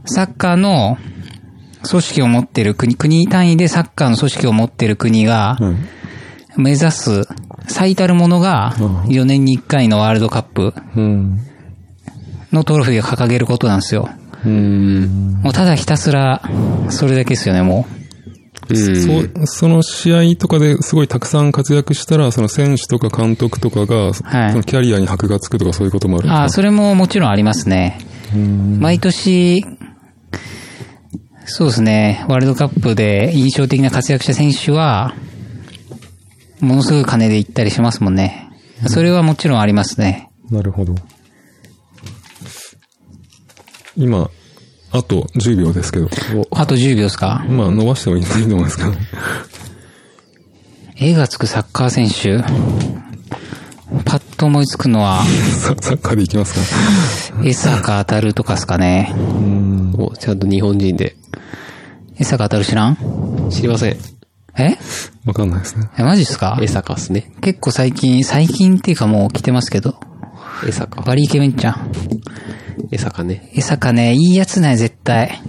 Speaker 1: サッカーの組織を持ってる国、国単位でサッカーの組織を持ってる国が、
Speaker 2: はい。
Speaker 1: 目指す最たるものが、4年に1回のワールドカップ
Speaker 2: うん。
Speaker 1: のトロフィーを掲げることなんですよ。
Speaker 3: うん。
Speaker 1: もうただひたすら、それだけですよね、も
Speaker 3: うん。
Speaker 2: そう、その試合とかですごいたくさん活躍したら、その選手とか監督とかが、そ
Speaker 1: はい
Speaker 2: のキャリアに箔がつくとかそういうこともある
Speaker 1: う。
Speaker 2: ん
Speaker 1: ああ、
Speaker 2: ですか
Speaker 1: それももちろんありますね。毎年、そうですね、ワールドカップで印象的な活躍した選手は、ものすごい金で行ったりしますもんね。それはもちろんありますね。
Speaker 2: なるほど。今、あと10秒ですけど。
Speaker 1: あと10秒ですか
Speaker 2: まあ、伸ばしてもいいと思い <laughs> ますけど。
Speaker 1: 絵がつくサッカー選手。パッと思いつくのは、
Speaker 2: ササッカーでいきますか。
Speaker 1: 江坂当たるとかですかね。
Speaker 3: おちゃんと日本人で。
Speaker 1: 江坂当たる知らん
Speaker 3: 知りません。
Speaker 1: え
Speaker 2: わかんないですね。
Speaker 1: え、マジっすか
Speaker 3: 江坂っすね。
Speaker 1: 結構最近、最近っていうかもう来てますけど。
Speaker 3: 江坂。
Speaker 1: バリイケメンちゃん。
Speaker 3: 江坂ね。
Speaker 1: 江坂ね、いいやつなんや、絶対。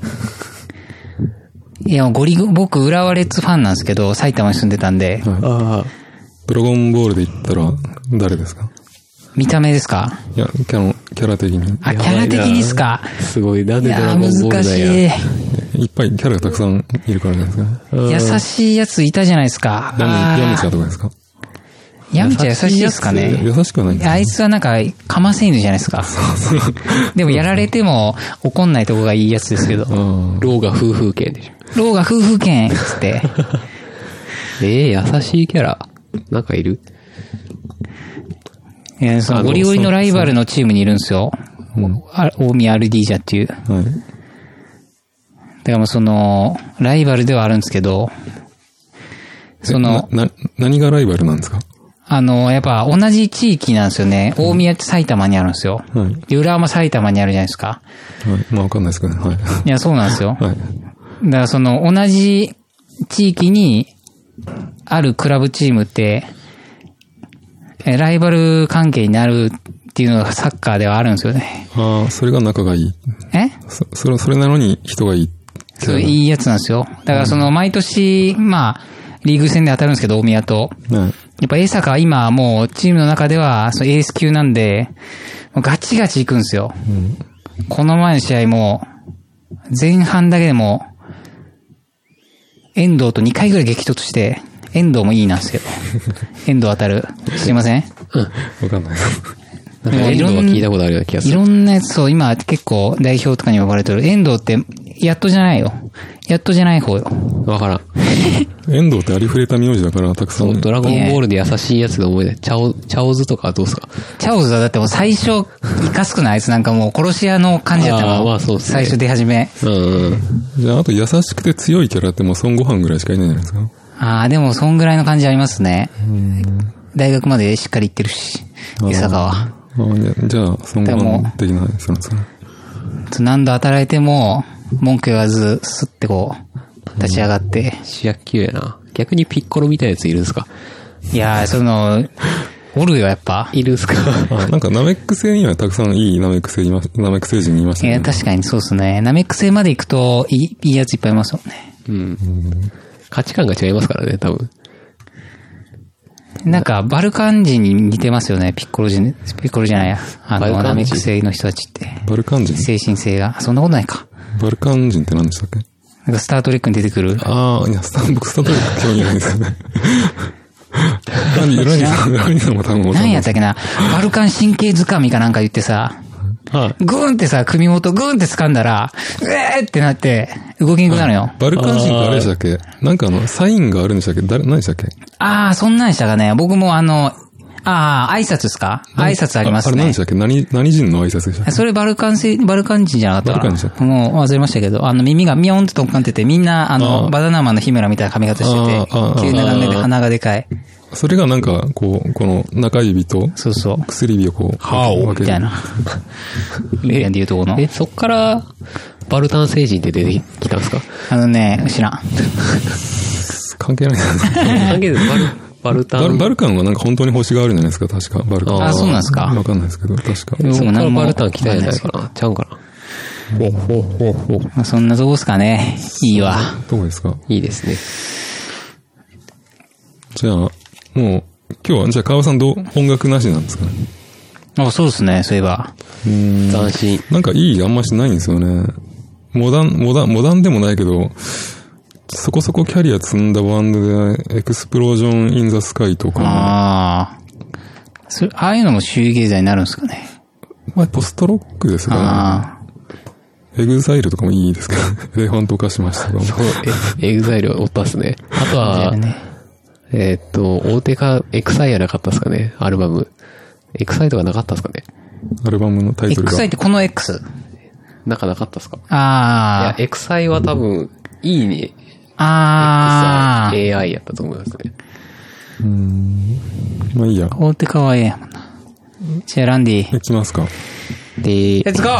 Speaker 1: いや、もうゴリゴ、僕、浦和レッズファンなんですけど、埼玉に住んでたんで、
Speaker 3: ああ。
Speaker 2: ドラゴンボールで言ったら、誰ですか
Speaker 1: 見た目ですか
Speaker 2: いや、キャラ、キャラ的に。
Speaker 1: あ、
Speaker 3: や
Speaker 1: キ
Speaker 3: ば
Speaker 1: ャ
Speaker 3: いな
Speaker 1: ラ的にですか
Speaker 3: すごい。なん
Speaker 1: い
Speaker 3: でドラ
Speaker 1: や
Speaker 3: ゴンボー
Speaker 1: ー、難
Speaker 3: ルだ
Speaker 1: し
Speaker 3: よ。
Speaker 1: い。
Speaker 2: いっぱいキャラがたくさんいるからじゃないですかね。
Speaker 1: 優しいやついたじゃないですか。
Speaker 2: ヤム、ヤムチャ
Speaker 1: あ
Speaker 2: とかですか
Speaker 1: ーヤムチャ優しいですか
Speaker 2: いや
Speaker 1: ね。
Speaker 2: 優しくはないんです
Speaker 1: あいつはなんか、かませ犬じゃないですか。でも、やられても怒んないとこがいいやつですけど。
Speaker 2: あ
Speaker 3: ローが夫婦系でしょ。
Speaker 1: ローが夫婦犬っつって。
Speaker 3: ええ優しいキャラ。なんかいる
Speaker 1: いや、そ
Speaker 2: あ
Speaker 1: の、
Speaker 2: の
Speaker 1: ゴリゴリのライバルのチームにいるんですよ。あ大宮アルディージャっていう。だか
Speaker 2: あ。はい。
Speaker 1: らもうその、ライバルではあるんですけど、その、
Speaker 2: な、な何がライバルなんですか
Speaker 1: あの、やっぱ同じ地域なんですよね。大宮って埼玉にあるんですよ。
Speaker 2: はい。はい。
Speaker 1: で、浦和も埼玉にあるじゃないですか。
Speaker 2: まあ、わかんないですけどね。はい。
Speaker 1: いや、そうなんですよ。だか
Speaker 2: はい。
Speaker 1: らその、同じ地域にあるクラブチームって、えライバル関係になるっていうのがサッカーではあるんですよね。
Speaker 2: ああ、それが仲がいい。
Speaker 1: え
Speaker 2: そ、それ、それなのに人がいい。
Speaker 1: そう、いいやつなんですよ。だからその、毎年、まあ、リーグ戦で当たるんですけど、大宮と。
Speaker 2: はい。
Speaker 1: やっぱ江坂は今もうチームの中では、そのエース級なんで、もうガチガチ行くんですよ。この前の試合も、前半だけでも、遠藤と2回ぐらい激突して、遠藤もいいなんです
Speaker 3: <laughs>
Speaker 1: けど。遠藤当たる。すいません。
Speaker 2: わかんないです。
Speaker 3: なんか遠藤は聞いたことあるような気がす
Speaker 1: い
Speaker 3: る。
Speaker 1: ろんなやつを今結構代表とかに呼ばれてる。遠藤って、やっとじゃないよ。やっとじゃない方よ。
Speaker 3: わからん。
Speaker 2: 遠藤ってありふれた名字だから、たくさ。
Speaker 3: そうんドラゴンボールで優しいやつが思い出チャオ、チャオズとかはどうすか
Speaker 1: チャオズはだってもう最初、いかすくないあいつなんかもう殺し屋の感じだった
Speaker 3: あー
Speaker 1: の。
Speaker 3: まあそうっす
Speaker 1: 最
Speaker 3: ね
Speaker 1: 初出始め。
Speaker 3: うんうんうん。
Speaker 2: じゃあ、あと優しくて強いキャラってもう孫悟飯ぐらいしかいないじゃないですか。
Speaker 1: ああ、でもそんぐらいの感じありますね。大学までしっかり行ってるし、
Speaker 2: あー
Speaker 1: 江坂は。
Speaker 2: ああじゃあ、じゃあ、孫悟飯的なやつなんですかね。
Speaker 1: 何度働いても、文句言わず、スッてこう、立ち上がって。
Speaker 3: 主役級やな。逆にピッコロみたいなやついるんすか
Speaker 1: いやー、その、おるよ、やっぱ。
Speaker 3: いるんすか
Speaker 2: あなんか、ナメック星にはたくさんいいナメック星いま、ナメック星人にいました
Speaker 1: い
Speaker 2: ね
Speaker 1: や、。確かにそうですね。ナメック星まで行くと、いい、いいやついっぱいいますよね。
Speaker 3: うん。価値観が違いますからね、多分。
Speaker 1: なんか、バルカン人に似てますよね、ピッコロ人、ピッコロじゃないや。あ
Speaker 3: バルカ
Speaker 1: の、
Speaker 3: ン人
Speaker 1: ナメック星の人たちって。
Speaker 2: バルカン人
Speaker 1: 精神性が。あそんなことないか。
Speaker 2: バルカン人って何でしたっけ
Speaker 1: なんか、スタートレックに出てくる。
Speaker 2: ああ、いや、スタン、僕スタンド興味ないんですよね。何、何さん、何さんも多分わかんな
Speaker 1: 何
Speaker 2: い
Speaker 1: やったっけな、バルカン神経づかみかなんか言ってさ、
Speaker 3: はい。
Speaker 1: グーンってさ、首元グーンって掴んだら、うえーってなって、動きにくくなるよ。
Speaker 2: バルカン人ってあれでしたっけなんかあの、サインがあるんでしたっけ誰、何でしたっけ
Speaker 1: あー、そんなんでしたかね。僕もあの、あー、挨拶ですか挨拶あります
Speaker 2: あれ何
Speaker 1: ね
Speaker 2: でし。たっけ何、何人の挨拶でしたっけ
Speaker 1: それバルカンせ、バルカン人じゃなかったか
Speaker 2: バルカ
Speaker 1: な
Speaker 2: ン人
Speaker 1: もう忘れましたけど、あの耳がミヨンってとんかんってて、みんなあの、
Speaker 2: あー
Speaker 1: バナナマンの日村みたいな髪型してて
Speaker 2: あーあー、
Speaker 1: 急な眼鏡で鼻がでかい。
Speaker 2: それがなんか、こう、この中指と
Speaker 1: そうそう。
Speaker 2: 薬指をこう、
Speaker 3: 歯を
Speaker 2: 分け
Speaker 1: み
Speaker 2: て <laughs>
Speaker 1: たいな。みたいなで言うとこの
Speaker 3: え、。そっから、バルタン星人って出てきたんですか
Speaker 1: あのね、知らん。
Speaker 2: 関係ないですね
Speaker 3: 関係ないバル、バルタ
Speaker 2: バル
Speaker 3: ン。
Speaker 2: バルカンはなんか本当に星があるじゃないですか、確か。バルカン。
Speaker 1: あーそうなんですか
Speaker 2: わかんないですけど、確か。
Speaker 1: そ
Speaker 3: そっ
Speaker 1: う
Speaker 3: か
Speaker 1: な
Speaker 3: ら
Speaker 1: んも
Speaker 3: バルタン来たんじゃないかな。ちゃうんかな。ほほほほ。
Speaker 1: まあ、そんなとこですかね。いいわ。
Speaker 2: どうですか
Speaker 3: いいですね。
Speaker 2: じゃあ、もう、今日は、じゃあ、川尾さんどう、音楽なしなんですかね
Speaker 1: あ、そうですね、そういえば。
Speaker 3: 斬新。 <laughs>
Speaker 2: なんかいいあんましないんですよね。モダン、モダン、モダンでもないけど、そこそこキャリア積んだバンドで、エクスプロージョン・イン・ザ・スカイとか、
Speaker 1: ああ。それ、ああいうのも周囲経済になるんですかね。
Speaker 2: まあ、ポストロックですか
Speaker 1: あ
Speaker 2: ね。エグザイルとかもいいですけど、エレファント化しましたけども。
Speaker 3: え、エグザイルおったっすね。あと
Speaker 1: あ。
Speaker 3: は
Speaker 1: だよ、ね。
Speaker 3: えーっと、大手か、エクサイやなかったっすかね、アルバム。エクサイとかなかったっすかね
Speaker 2: アルバムのタイトル
Speaker 1: X
Speaker 2: が
Speaker 1: イ。ってこの X?
Speaker 3: なんかなかったっすかい
Speaker 1: あ
Speaker 3: や、エクサイは多分、いいね。
Speaker 1: あ。ああ。
Speaker 3: AI やったと思いますね。
Speaker 2: まあいいや。
Speaker 1: 大手かわいいやもんな。じゃあ、ランディ。
Speaker 2: いきますか。
Speaker 1: レ
Speaker 3: で、
Speaker 1: ッツゴー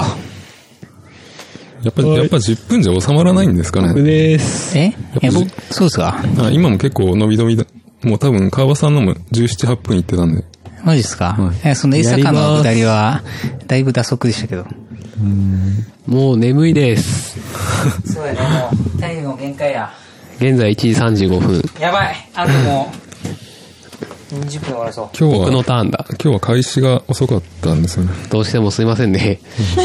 Speaker 2: やっぱ、やっぱ10分じゃ収まらないんですかね。
Speaker 3: です。
Speaker 1: えいや、僕、そうですか
Speaker 2: あ今も結構伸び伸びだ。もう多分、川場さんのも17、8分いってたんで。
Speaker 1: マジですか
Speaker 2: はい
Speaker 1: え、その A 坂の下りは、だいぶ打足でしたけど。
Speaker 3: もう眠いです。
Speaker 1: そうやね、もう、タイムも限界や。
Speaker 3: 現在1時35分。
Speaker 1: やばいあともう、20分終わらそう。
Speaker 2: 今日
Speaker 3: 僕
Speaker 2: は、
Speaker 3: の
Speaker 2: 今
Speaker 3: ターンだ。
Speaker 2: 日は開始が遅かったんですよね。
Speaker 3: どうしてもすいませんね。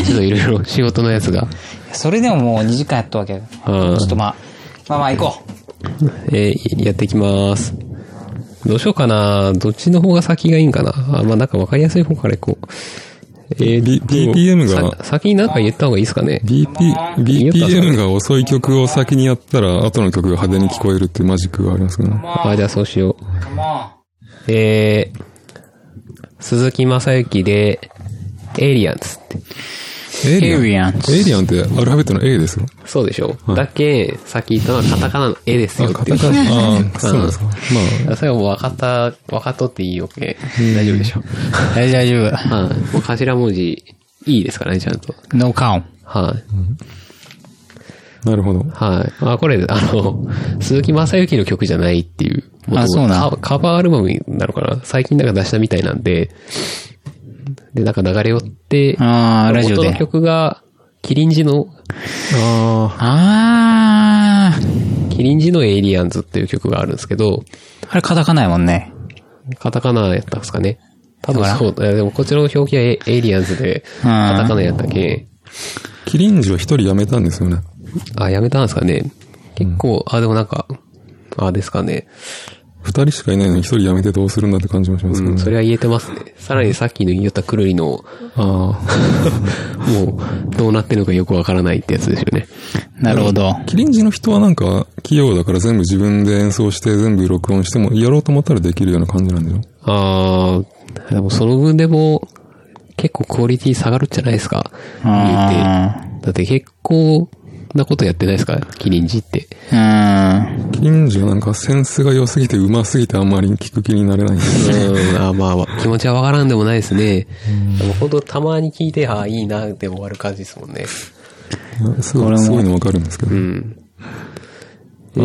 Speaker 3: ちょっといろいろ仕事のやつが。
Speaker 1: それでももう2時間やったわけ。ち
Speaker 3: う
Speaker 1: ょ
Speaker 3: ん
Speaker 1: っとまあ、まあまあ行こ
Speaker 3: えーやっていきます。どうしようかな。どっちの方が先がいいんかな。あ、まあ、なんかわかりやすい方からいこう。えー
Speaker 2: B-
Speaker 3: と
Speaker 2: BPM が
Speaker 3: さ先になんか言った方がいいですかね。
Speaker 2: BP、BPM が遅い曲を先にやったら、後の曲が派手に聞こえるっていうマジックがありますけどね。
Speaker 3: あ、じゃあそうしよう。
Speaker 1: う。も
Speaker 3: えー、鈴木正幸で、エイリアンズって。
Speaker 2: エ
Speaker 1: う。エイリアンズ
Speaker 2: エイリアンってアルファベットの A ですよ。
Speaker 3: そうでしょ、
Speaker 2: はい
Speaker 3: だけ、さっき言ったのはカタカナの絵ですよ
Speaker 2: あ、
Speaker 3: っ
Speaker 2: カ
Speaker 3: てい
Speaker 2: タ
Speaker 3: う。
Speaker 2: カナ。ああ、そうなんですか。ま
Speaker 3: あそれはもう分かった、分かっとっていいよ、OK。大丈夫でしょ。
Speaker 1: 大丈夫大丈
Speaker 3: はい、もう頭文字、いいですからね、ちゃんと。
Speaker 1: 夫。ノーカウン。
Speaker 3: はい、
Speaker 2: あ、なるほど。
Speaker 3: はい。あ、これ、あの、鈴木正幸の曲じゃないっていう。
Speaker 1: あそうなん
Speaker 3: カカバーアルバムなのかな最近なんか出したみたいなんで、で、なんか流れ寄って、
Speaker 1: あーラジオで
Speaker 3: 元の曲が、キリンジの、
Speaker 2: あ
Speaker 1: あー。
Speaker 3: キリンジのエイリアンズっていう曲があるんですけど、
Speaker 1: あれ、カタカナやもんね。
Speaker 3: カタカナやったんですかね。多分
Speaker 1: だか
Speaker 3: そう。いやでもこっちの表記はエエイリアンズで、カタカナやったけ、
Speaker 2: あ、キリンジは一人辞めたんですよね。
Speaker 3: あ、やめたんですかね。結構、あ、でもなんか、あ、ですかね。
Speaker 2: 二人しかいないのに一人辞めてどうするんだって感じもしますけ
Speaker 3: う
Speaker 2: ど
Speaker 3: ん、
Speaker 2: ね。
Speaker 3: それは言えてますね。さらにさっきの言いよったくるりの、
Speaker 2: ああ。
Speaker 3: <laughs> もう、どうなってるのかよくわからないってやつですよね。
Speaker 1: なるほど。
Speaker 2: キリンジの人はなんか、器用だから全部自分で演奏して、全部録音しても、やろうと思ったらできるような感じなんでしょ
Speaker 3: あー、でもその分でも、結構クオリティ下がるんじゃないですか。言
Speaker 1: あ
Speaker 3: うて。だって結構なことやってないですかキリンジって。
Speaker 1: ー。うーん。
Speaker 2: 近所なんかセンスが良すぎて上手すぎてあんまり聞く気になれないんですよ。
Speaker 3: うん、あまあまあ、気持ちはわからんでもないですね。あの、ほんとたまに聞いて、ああ、いいな、で終わる感じですもんね。
Speaker 2: すごい、すごいのわかるんですけど。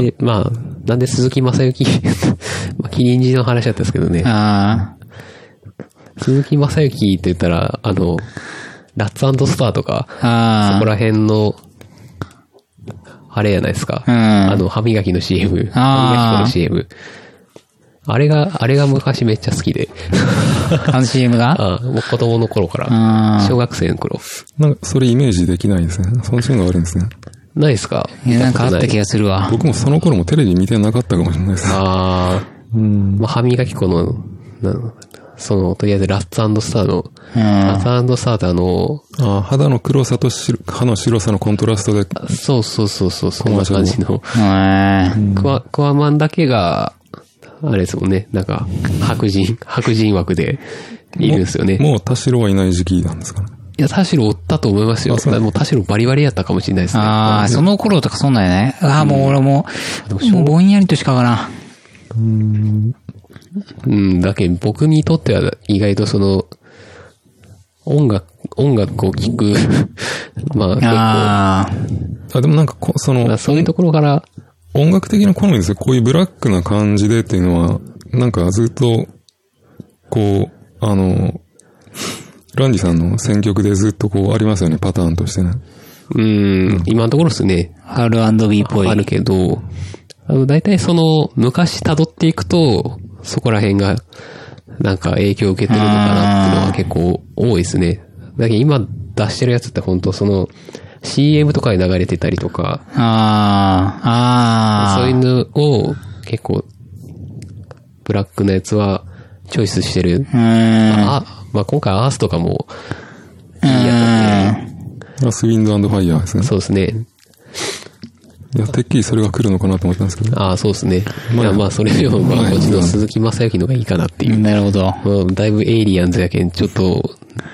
Speaker 3: で、まあ、なんで鈴木正幸 <laughs> まあ、キリンジの話だったんですけどね。
Speaker 1: ああ。
Speaker 3: 鈴木正幸って言ったら、あの、ラッツスターとか、そ
Speaker 1: あ
Speaker 3: こ
Speaker 1: あ。
Speaker 3: ら辺の、あれやないですか。
Speaker 1: うん
Speaker 3: あの、歯磨きの CM。歯
Speaker 1: あ
Speaker 3: 磨
Speaker 1: ー
Speaker 3: き粉の CM。あれが、あれが昔めっちゃ好きで。
Speaker 1: あの CM が
Speaker 3: <laughs> あもう子供の頃から。
Speaker 1: あ
Speaker 3: 小学生の頃。
Speaker 2: なんか、それイメージできないですね。そのシーンがあるんですね。
Speaker 3: ないですか
Speaker 1: あ。いや、なんかあった気
Speaker 3: が。
Speaker 1: がするわ。
Speaker 2: 僕もその頃もテレビ見てなかったかもしれないです。
Speaker 3: あーまあ、歯磨き粉の、なその、とりあえずラッツスターの、
Speaker 1: うん。
Speaker 3: ラッツスターってあの、
Speaker 2: ああ肌の黒さと白歯の白さのコントラストで、
Speaker 3: そうそうそうそう、そんな感じの。
Speaker 1: へー
Speaker 3: クワ、クワマンだけが、あれですもんね、なんか、白人、白人枠でいるんですよね。
Speaker 2: もう田代はいない時期なんですかね。
Speaker 3: いや、田代おったと思いますよ。
Speaker 2: あそう
Speaker 3: もう田代バリバリやったかもしれないですね。
Speaker 1: ああ、その頃とかそんなんやね。ああ、もう俺も、もうぼんやりとしかわからん。
Speaker 3: うん、だけど僕にとっては意外とその、音楽、音楽を聴く、 <laughs> まあ結構
Speaker 1: ああ。
Speaker 2: あ、でもなんかこ、そ
Speaker 3: ま
Speaker 2: の
Speaker 3: あ、、そういうところから、
Speaker 2: 音楽的な好みですよ。こういうブラックな感じでっていうのは、なんかずっと、こう、あの、ランディさんの選曲でずっとこうありますよね、パターンとしてね。
Speaker 3: うん、今のところですね、
Speaker 1: R&B っぽい。
Speaker 3: あるけど、あの、大体その、昔辿っていくと、そこら辺が、なんか影響を受けてるのかなっていうのは結構多いですね。だけど今出してるやつって本当その、CM とかに流れてたりとか、
Speaker 1: ああ、ああ。
Speaker 3: そういうのを結構、ブラックのやつはチョイスしてる。
Speaker 1: うーん。
Speaker 3: あ、まあ今回アースとかも、
Speaker 1: うーん。
Speaker 2: ラスウィンドファイヤーですね。
Speaker 3: そうですね。
Speaker 2: いや、てっきりそれが来るのかなと思ったんですけど。
Speaker 3: ああ、そうですね。いやまあそれよりも、まあこっちの鈴木正幸の方がいいかなっていう。
Speaker 1: なるほど。
Speaker 3: まあ、だいぶエイリアンズやけん、ちょっと、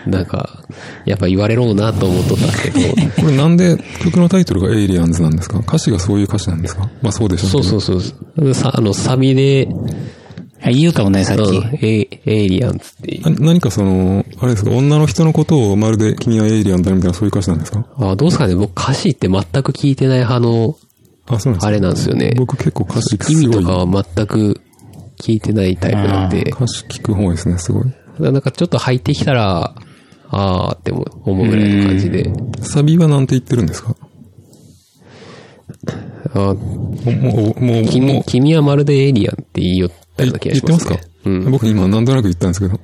Speaker 3: なんか、やっぱ言われろうなと思っとったけど、
Speaker 2: これなんで曲のタイトルがエイリアンズなんですか歌詞がそういう歌詞なんですかまあ <laughs> そうでしょ
Speaker 3: そう
Speaker 2: う
Speaker 3: そうそう、さ、あの、サビで、
Speaker 1: あ言うかもね、さっ
Speaker 3: うん
Speaker 1: き。
Speaker 3: エイエイリアンズっていう
Speaker 2: けど。な何かその、あれですか、女の人のことをまるで君はエイリアンだみたいなそういう歌詞なんですか
Speaker 3: あどうですかね僕歌詞って全く聞いてない派の、
Speaker 2: あ、そうなんですか
Speaker 3: あれなんですよね。
Speaker 2: 僕結構歌詞す
Speaker 3: 意味
Speaker 2: ご
Speaker 3: と
Speaker 2: い。
Speaker 3: かは全く聞いてないタイプなんで、
Speaker 2: 歌詞聞く方ですね、すごい。
Speaker 3: なんかちょっと入ってきたら、あーって思う思うぐらいの感じで。
Speaker 2: サビはなんて言ってるんですか
Speaker 3: あ
Speaker 2: もう、もう、もう、も
Speaker 3: 君
Speaker 2: う、
Speaker 3: 君はまるでエイリアンって言いよったような気
Speaker 2: 言
Speaker 3: が
Speaker 2: っ
Speaker 3: してま
Speaker 2: ますす
Speaker 3: ね
Speaker 2: か。
Speaker 3: うん。
Speaker 2: 僕今なんとなく言ったんですけど。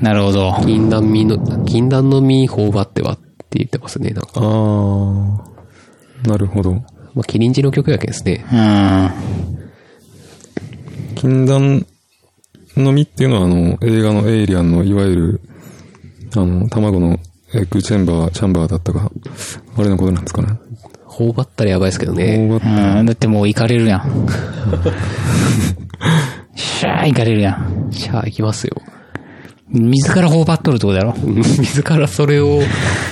Speaker 1: なるほど。
Speaker 3: 禁断身の、禁断の身頬張ってはって言ってますね。なんか、
Speaker 2: あー、なるほど。
Speaker 3: まあ、キリンジの曲やけんですね。
Speaker 1: うん。
Speaker 2: 禁断の実っていうのは、あの、映画のエイリアンの、いわゆる、あの、卵のエッグチェンバー、チャンバーだったか、あれのことなんですかね。
Speaker 3: 頬張ったらやばいですけどね。
Speaker 2: 大型
Speaker 1: うん。だってもう行かれるや <laughs> ん。シャー行かれるやん。
Speaker 3: じゃあ、行きますよ。 <laughs>
Speaker 1: 自ら頬張っとるってことだろ
Speaker 3: 自らそれを、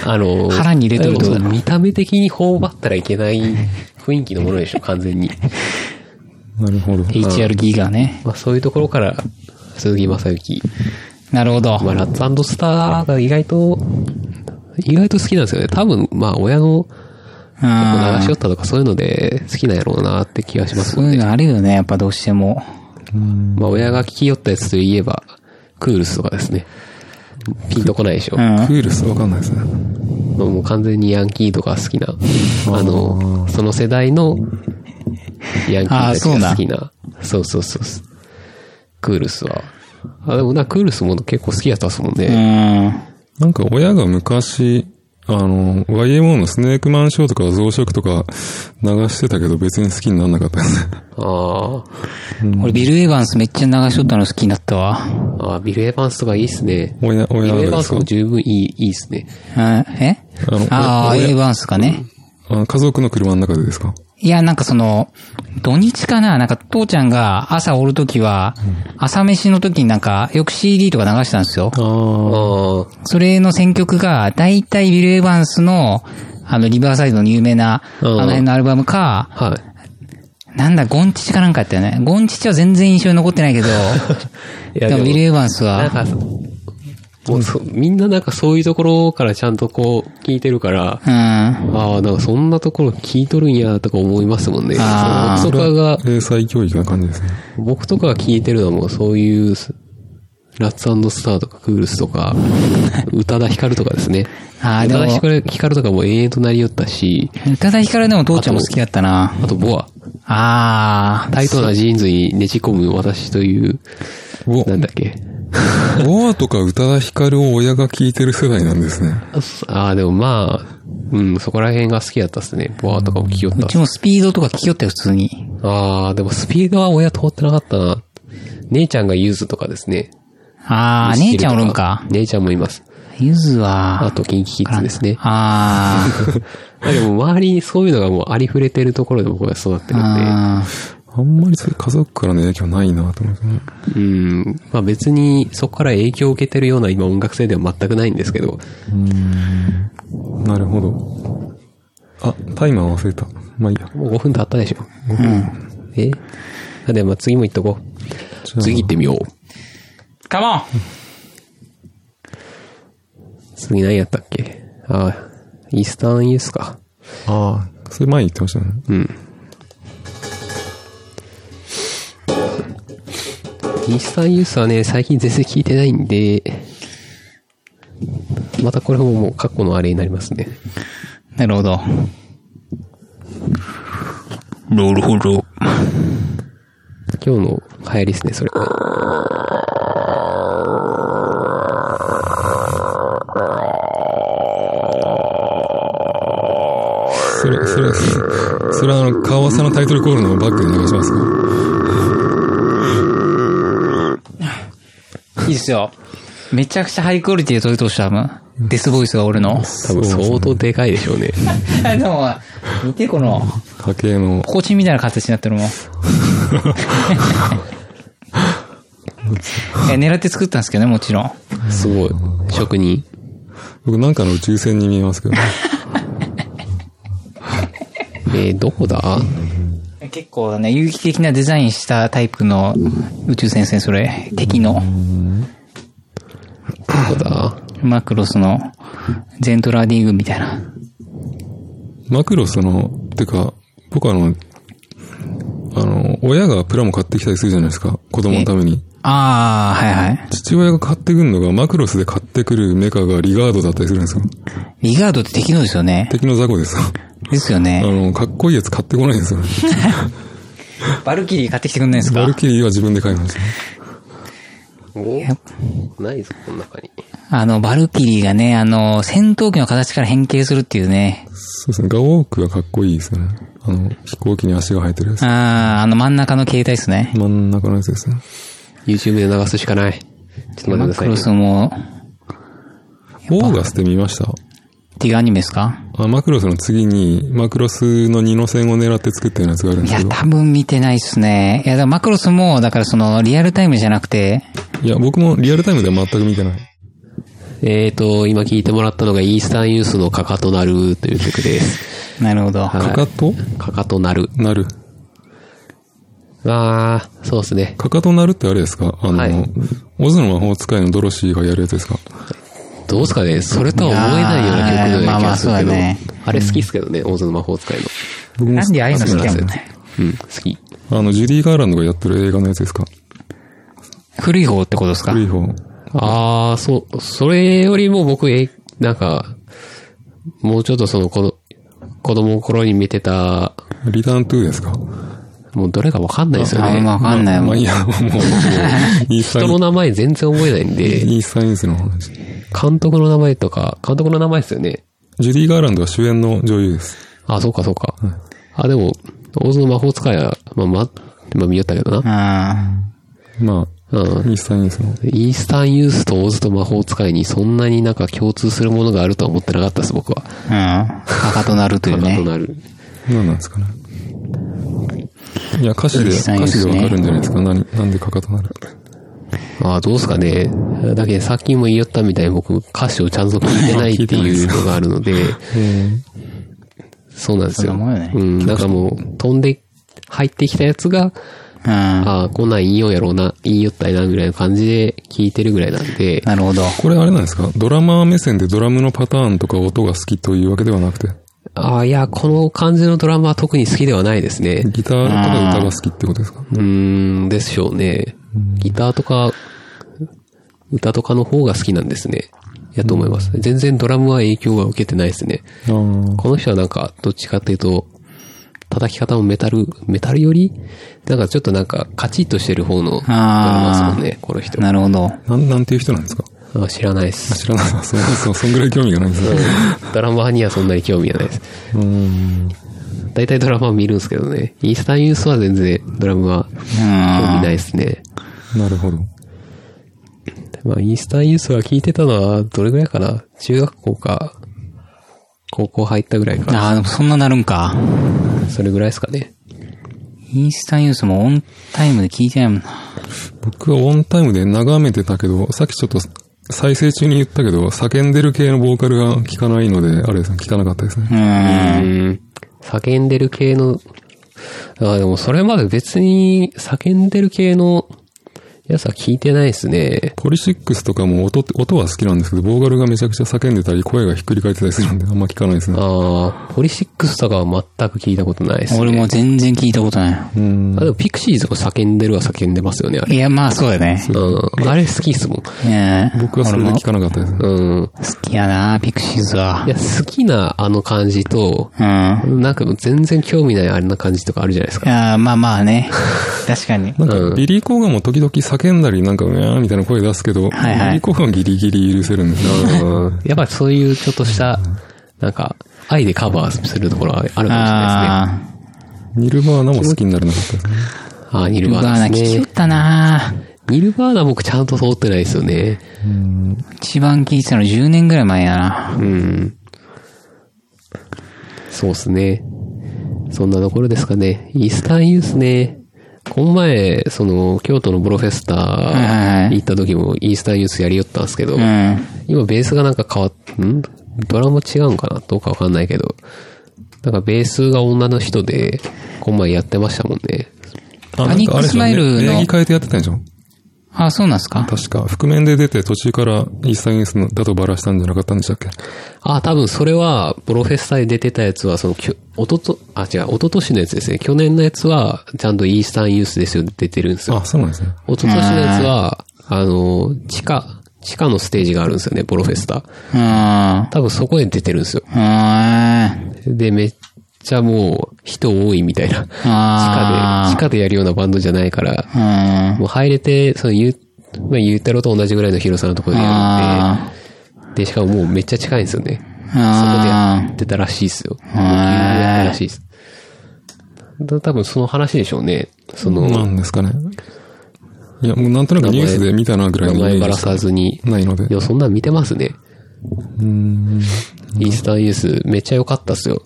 Speaker 3: あの、
Speaker 1: 腹に入れとるってことだ
Speaker 3: でも見た目的に頬張ったらいけない雰囲気のものでしょ、
Speaker 1: <laughs>
Speaker 3: 完全に。
Speaker 2: なるほど。
Speaker 1: ?HR ギガね。
Speaker 3: まあ、そういうところから、鈴木正幸。
Speaker 1: なるほど。
Speaker 3: まあ、ラッツスターが意外と、意外と好きなんですよね。多分、まあ、親の、流
Speaker 1: う
Speaker 3: し寄
Speaker 1: ん。
Speaker 3: ったとかそういうので好きなんやろうなって気がします
Speaker 1: そ
Speaker 3: も
Speaker 1: う
Speaker 3: んね
Speaker 1: いうのあるよね、やっぱどうしても。
Speaker 3: まあ、親が聞き寄ったやつといえば、クールスとかですね。ピンとこないでしょ。
Speaker 1: う
Speaker 3: も
Speaker 1: ん。
Speaker 2: クールスわかんないですね。
Speaker 3: うもう完全にヤンキーとか好きな、あの、その世代のヤンキーたちが好きな、そうそうそうそう。クールスは。あ、でもな、クールスも結構好きやったっすもん
Speaker 1: う
Speaker 3: ね。
Speaker 1: ん。
Speaker 2: なんか親が昔、あの、YMO のスネークマンショーとか増殖とか流してたけど別に好きにならなかったですね。 <laughs>
Speaker 3: あ
Speaker 1: 俺ビル・エヴァンスめっちゃ流しとったの好きになったわ。
Speaker 3: ーあー、ビル・エヴァンスとかいいっすね。
Speaker 2: 親、
Speaker 3: ビ
Speaker 2: 親
Speaker 3: ル・エ
Speaker 2: が
Speaker 3: ヴァ
Speaker 2: で
Speaker 3: ン
Speaker 2: す
Speaker 3: ス
Speaker 2: か
Speaker 3: も十分いい、いいっすね。
Speaker 1: うんえ
Speaker 2: あの
Speaker 1: ああ、エ
Speaker 2: 親
Speaker 1: ヴァンスかね。
Speaker 2: あ家族の車の中でですか
Speaker 1: いや、なんかその、土日かななんか父ちゃんが朝おるときは、朝飯のときになんかよく CD とか流したんですよ。
Speaker 2: ああ。
Speaker 3: ああ、
Speaker 1: それの選曲が、だいたいビル・エヴァンスの、あの、リバーサイドの有名な、あ
Speaker 3: うん
Speaker 1: の辺のアルバムか、
Speaker 3: はい。
Speaker 1: なんだ、ゴンチチかなんかやったよね。ゴンチチは全然印象に残ってない
Speaker 3: <laughs>
Speaker 1: けど、
Speaker 3: い
Speaker 1: でもビリー・エヴァンス
Speaker 3: なん
Speaker 1: は、
Speaker 3: か、もうそ、みんななんかそういうところからちゃんとこう、聞いてるから、
Speaker 1: うん。
Speaker 3: ああ、なんかそんなところ聞いとるんや、とか思いますもんね。そ
Speaker 1: あー
Speaker 3: の僕とかが、
Speaker 2: 英才教育な感じですね。 <laughs>
Speaker 3: 僕とかが聞いてるのはもうそういう、ラッツスターとかクールス
Speaker 1: <laughs>
Speaker 3: とか、宇多田ヒカルとかですね。
Speaker 1: あー
Speaker 3: 宇
Speaker 1: で
Speaker 3: 多
Speaker 1: も
Speaker 3: 田ヒカルヒカルとかも永遠となりよったし、
Speaker 1: 宇多田ヒカルでも父ちゃんも好きだったな。
Speaker 3: あとボア。
Speaker 1: あ
Speaker 3: タイトなジーンズにねじ込む私という、
Speaker 2: ボ
Speaker 3: なんだっけ。
Speaker 2: ボアとか宇多田ヒカルを親が聞いてる世代なんですね。
Speaker 3: ああ、でもまあ、うん、そこら辺が好きだったっすね。ボアとかも聞きよっ
Speaker 1: ー、う
Speaker 3: たっす
Speaker 1: ちもスピードとか聞きよったよ、普通に。
Speaker 3: ああ、でもスピードは親通ってなかったな。姉ちゃんがユズとかですね。
Speaker 1: あー、姉ちゃんおるんか。
Speaker 3: 姉ちゃんもいます。
Speaker 1: ゆずは、
Speaker 3: あと、キンキキッズですね。
Speaker 1: あ
Speaker 3: <laughs> でも周りにそういうのがもうありふれてるところで僕は育ってるん
Speaker 1: あ、
Speaker 2: あんまりそういう家族からの影響ないなと思って、ね。
Speaker 3: で、うん、まあ別にそこから影響を受けてるような今音楽性では全くないんですけど、
Speaker 2: なるほど。あ、タイマー忘れた。まあいいや。
Speaker 3: もう5分経ったでしょ。えあでも次も行っとこう。次行ってみよう。
Speaker 1: カモン
Speaker 3: 次何やったっけああ、イースタンユースか。
Speaker 2: ああ、それ前に言ってましたね。
Speaker 3: イースタンユースはね、最近全然聞いてないんで、またこれももう過去のあれになりますね。
Speaker 1: なるほど。
Speaker 3: 今日の流行りですね、それ。
Speaker 2: それ、それ、それはあの、川さのタイトルコールのバックで流しますか
Speaker 1: いいですよ。めちゃくちゃハイクオリティで撮り通したもん。デスボイスが俺の。
Speaker 3: 多分相当でかいでしょうね。
Speaker 1: <laughs> でも、見てこの、
Speaker 2: 波形の、
Speaker 1: ポコチンみたいな形にな
Speaker 3: <laughs>
Speaker 1: ってるもん。え狙って作ったんですけどね、もちろん。
Speaker 3: すごい。職人。
Speaker 2: 僕なんかの宇宙船に見えますけど、ね、
Speaker 3: えー、どこだ
Speaker 1: 結構ね、有機的なデザインしたタイプの宇宙先生、それ。敵の。
Speaker 3: どこだ
Speaker 1: マクロスの、ゼントラーディングみたいな。
Speaker 2: マクロスの、てか、僕あの、あの、親がプラモ買ってきたりするじゃないですか。子供のために。
Speaker 1: ああ、はいはい。
Speaker 2: 父親が買ってくるのが、マクロスで買ってくるメカがリガードだったりするんですよ。
Speaker 1: リガードって敵のですよね。
Speaker 2: 敵の雑魚ですよ。
Speaker 1: ですよ
Speaker 2: あ
Speaker 1: ね。
Speaker 2: の、かっこいいやつ買ってこないんですよ。
Speaker 1: バルキリー買ってきてくんないです
Speaker 2: バ
Speaker 1: か
Speaker 2: ルキリーは自分で買いました。
Speaker 3: お
Speaker 1: や
Speaker 3: ないぞ、この中に。
Speaker 1: あの、バルキリーがね、あの、戦闘機の形から変形するっていうね。
Speaker 2: そうですね。ガウォークがかっこいいですよね。あの、飛行機に足が生えてるやつ。
Speaker 1: ああ、あの真ん中の形態ですね。
Speaker 2: 真ん中のやつですね。
Speaker 3: YouTube で流すしかない。ちょっと待って
Speaker 1: マ
Speaker 3: く
Speaker 1: ク
Speaker 3: だ
Speaker 1: ロ
Speaker 3: さ
Speaker 1: ス
Speaker 3: いね。
Speaker 1: も、
Speaker 2: オーガスって見ました
Speaker 1: っていうアニメですか
Speaker 2: あマクロスの次に、マクロスの二の線を狙って作ったようなやつがある
Speaker 1: い
Speaker 2: んです
Speaker 1: や、
Speaker 2: けど。
Speaker 1: 多分見てないっすね。いや、だからマクロスも、だからその、リアルタイムじゃなくて、
Speaker 2: いや、僕もリアルタイムでは全く見てない。
Speaker 3: えーと、今聞いてもらったのがイースタンユースのかかとなるという
Speaker 1: <laughs>
Speaker 3: 曲です。
Speaker 1: なるほど。
Speaker 3: はい
Speaker 2: かかと
Speaker 3: かかとなる。
Speaker 2: なる。
Speaker 3: あー、そうですね。
Speaker 2: かかとなるってあれですかあの、
Speaker 3: はい
Speaker 2: オズの魔法使いのドロシーがやるやつですか
Speaker 3: どうですかねそれとは思えないような曲のような気がするけど。
Speaker 1: いやーまあまあそうだね
Speaker 3: あれ好きですけどね、オズの魔法使いの。
Speaker 2: 僕も
Speaker 1: なんでああいうの好きやもん
Speaker 3: そうなん
Speaker 1: ね。
Speaker 3: うん、好き。
Speaker 2: あの、ジュディ・ガーランドがやってる映画のやつですか
Speaker 1: 古い方ってことですか
Speaker 2: 古い方。
Speaker 3: あー、そう、それよりも僕、え、なんか、もうちょっとその、この、子供の頃に見てた、
Speaker 2: リターントゥーですか
Speaker 3: もうどれかわかんないですよ
Speaker 1: あんま
Speaker 3: ね。
Speaker 1: わかんない
Speaker 2: ま
Speaker 1: も
Speaker 2: あ
Speaker 1: ん。
Speaker 2: いい
Speaker 1: い
Speaker 2: や、もう、もうイースタ
Speaker 3: 人の
Speaker 2: イ
Speaker 3: 名前全然覚えないんで、
Speaker 2: ン、イースタインスの話。
Speaker 3: 監督の名前とか、監督の名前ですよね。
Speaker 2: ジュディ・ガーランドは主演の女優です。
Speaker 3: あ、そうかそうか。あ、でも、オズの魔法使いは、まあ、ま、まあ、見よったけどな。
Speaker 2: ま
Speaker 3: う
Speaker 2: あ、イ
Speaker 3: ん。
Speaker 2: ースタインスの。
Speaker 3: イースタンユースとオズと魔法使いにそんなになんか共通するものがあるとは思ってなかったです、僕は。
Speaker 1: うん。かかとなるという
Speaker 3: か
Speaker 1: ね
Speaker 3: と。なる。
Speaker 2: 何なんですかね。いや、歌詞で、
Speaker 1: イースタイン
Speaker 2: 歌
Speaker 1: スね
Speaker 2: 詞でわかるんじゃないですか。何、なんでかかとなるか。
Speaker 3: ああ、どうすかね。だけどさっきも言いよったみたいに僕歌詞をちゃんと聞いてないっていうのがあるので、そうなんですよ。
Speaker 1: そんなもんよね
Speaker 3: うん、なんかもう、飛んで、入ってきたやつが、
Speaker 1: うん。
Speaker 3: ああ、こんなんいいようやろうな、いいよったいな、ぐらいの感じで聞いてるぐらいなんで、
Speaker 1: なるほど。
Speaker 2: これあれなんですかドラマー目線でドラムのパターンとか音が好きというわけではなくて、
Speaker 3: ああ、いや、この感じのドラマは特に好きではないですね。
Speaker 2: ギターとか歌が好きってことですか
Speaker 3: うーん、でしょうね。ギターとか、歌とかの方が好きなんですね。やと思います。全然ドラムは影響は受けてないですね。
Speaker 2: あー
Speaker 3: この人はなんか、どっちかっていうと、叩き方もメタル、メタルよりなんかちょっとなんか、カチッとしてる方のドラマですもんね、この人。
Speaker 1: なるほど。
Speaker 2: なん、なんていう人なんですか
Speaker 3: あ知らないです
Speaker 2: あ。知らない。そう、そう、そんぐらい興味がないんですね。
Speaker 3: ドラマにはそんなに興味がないです。
Speaker 1: <laughs>
Speaker 2: うん。
Speaker 3: 大体ドラマ見るんですけどね。インスタニュースは全然ドラムは興味ないですね。
Speaker 2: なるほど。
Speaker 3: まあ、インスタニュースは聞いてたのはどれぐらいかな中学校か、高校入ったぐらいか。
Speaker 1: ああ、でもそんななるんか。
Speaker 3: それぐらいですかね。
Speaker 1: インスタニュースもオンタイムで聞いてないもんな。
Speaker 2: 僕はオンタイムで眺めてたけど、さっきちょっと再生中に言ったけど、叫んでる系のボーカルが聞かないので、あれですね、聞かなかったですね。
Speaker 1: うん。
Speaker 3: うん。叫んでる系の、あでもそれまで別に叫んでる系のやつは聞いてないですね。
Speaker 2: ポリシックスとかも音って、音は好きなんですけど、ボーカルがめちゃくちゃ叫んでたり、声がひっくり返ってたりするんで、あんま聞かないですね。
Speaker 3: ああ、ポリシックスとかは全く聞いたことないですね。
Speaker 1: 俺も全然聞いたことな
Speaker 2: うん。
Speaker 3: あ、でもピクシーズが叫んでるは叫んでますよね、あ
Speaker 1: い。
Speaker 3: れ。
Speaker 1: いや、まあそうだよね。
Speaker 3: うん。あれ好きっすもん。
Speaker 1: ねえ
Speaker 2: 僕はそれで聞かなかったですね。
Speaker 3: うん。。
Speaker 1: 好きやな、ピクシーズはい
Speaker 3: や、好きなあの感じと、
Speaker 1: うん。
Speaker 3: なんかもう全然興味ないあれな感じとかあるじゃないです
Speaker 1: い
Speaker 3: か。
Speaker 1: や、まあまあね。確かに。
Speaker 2: なんか、ビリー・コーガンも時々叫んだり、なんか、うにゃーみたいな声出すけ
Speaker 1: は
Speaker 2: ど、
Speaker 1: いはい
Speaker 2: ビリー・コーガンはギリギリ許せるんです <laughs> よ。
Speaker 3: うん。やっぱりそういうちょっとした、なんか、愛でカバーするところはあるかもしれない
Speaker 1: ああ。
Speaker 2: ニルバーナも好きになれなかったですね。
Speaker 3: ですね。ああ、ニル
Speaker 1: ル
Speaker 3: バ
Speaker 1: バ
Speaker 3: ー
Speaker 1: ーナ
Speaker 3: ナ
Speaker 1: 聞
Speaker 3: です
Speaker 1: きよっ
Speaker 3: ね。
Speaker 1: たな
Speaker 3: ニルバーナ僕ちゃんと通ってないですよね。
Speaker 1: 一番聞いてたの10年ぐらい前やな。
Speaker 3: うん。そうっすね。そんなところですかね。イースタンユースね。この前、その、京都のボロフェスタ
Speaker 1: はいはいはい
Speaker 3: 行った時もイースタンユースやりよったんですけど、
Speaker 1: うん。
Speaker 3: 今ベースがなんか変わっ、んドラム違うんかなどうかわかんないけど。なんかベースが女の人で、この前やってましたもんね。
Speaker 2: あ
Speaker 1: パニック
Speaker 2: なんかあれでしょ
Speaker 1: スマイルの
Speaker 2: ね礼儀変えてやってたんでしょ
Speaker 1: あ、そうなんすか
Speaker 2: 確か、覆面で出て途中からイースタインスのだとバラしたんじゃなかったんでしたっけ
Speaker 3: ああ、多分それは、プロフェスタで出てたやつは、その、きょおとと、あ、違う、おととしのやつですね。去年のやつは、ちゃんとイースタンユースですよ、出てるんですよ。
Speaker 2: あ、そうなんですね。
Speaker 3: おととしのやつは、あの、地下、地下のステージがあるんですよね、ボロフェスタ。
Speaker 1: うん。うん。
Speaker 3: 多分そこで出てるんですよ。
Speaker 1: あ
Speaker 3: で、めっちゃもう、人多いみたいな。地下で、
Speaker 1: あ。
Speaker 3: 地下でやるようなバンドじゃないから、
Speaker 1: うん。
Speaker 3: もう入れて、そのゆ、まあ、ゆうたろうと同じぐらいの広さのところでや
Speaker 1: あ
Speaker 3: るんで、で、しかももうめっちゃ近いんですよね。
Speaker 1: そ
Speaker 3: そこでやってたらしいですよ。やったらしいです。だ多分その話でしょうね。そ
Speaker 2: な
Speaker 3: の、
Speaker 2: んですかね。いや、もうなんとなくニュースで見たなぐらい
Speaker 3: 名
Speaker 2: のイメ
Speaker 3: 前ば
Speaker 2: ー
Speaker 3: ら
Speaker 2: ジしか
Speaker 3: さずに。
Speaker 2: ないので。
Speaker 3: でもそんなん見てますね。
Speaker 2: うん。
Speaker 3: イースタンユースめっちゃ良かったっすよ。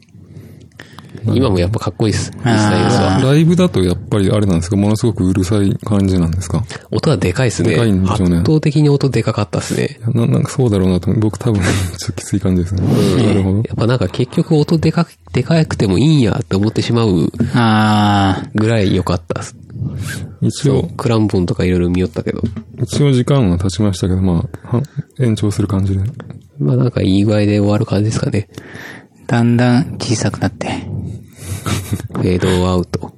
Speaker 3: 今もやっぱかっこいいっす。イースタンユースは。
Speaker 2: ライブだとやっぱりあれなんですかものすごくうるさい感じなんですか
Speaker 3: 音はでかいっすね。
Speaker 2: でかいんでしょうね
Speaker 3: 圧倒的に音でかかったっすね。
Speaker 2: ななんかそうだろうなと思う。僕多分、ちょっときつい感じですね。なるほど。
Speaker 3: やっぱなんか結局音でかく、でかくてもいいんやって思ってしまう
Speaker 1: あ
Speaker 3: ぐらい良かったっす。
Speaker 2: 一応、
Speaker 3: クランボンとかいろいろ見よったけど。
Speaker 2: 一応時間は経ちましたけど、まあ、は延長する感じで。
Speaker 3: まあなんかいい具合で終わる感じですかね。
Speaker 1: ーだんだん小さくなって。
Speaker 3: フェードアウト。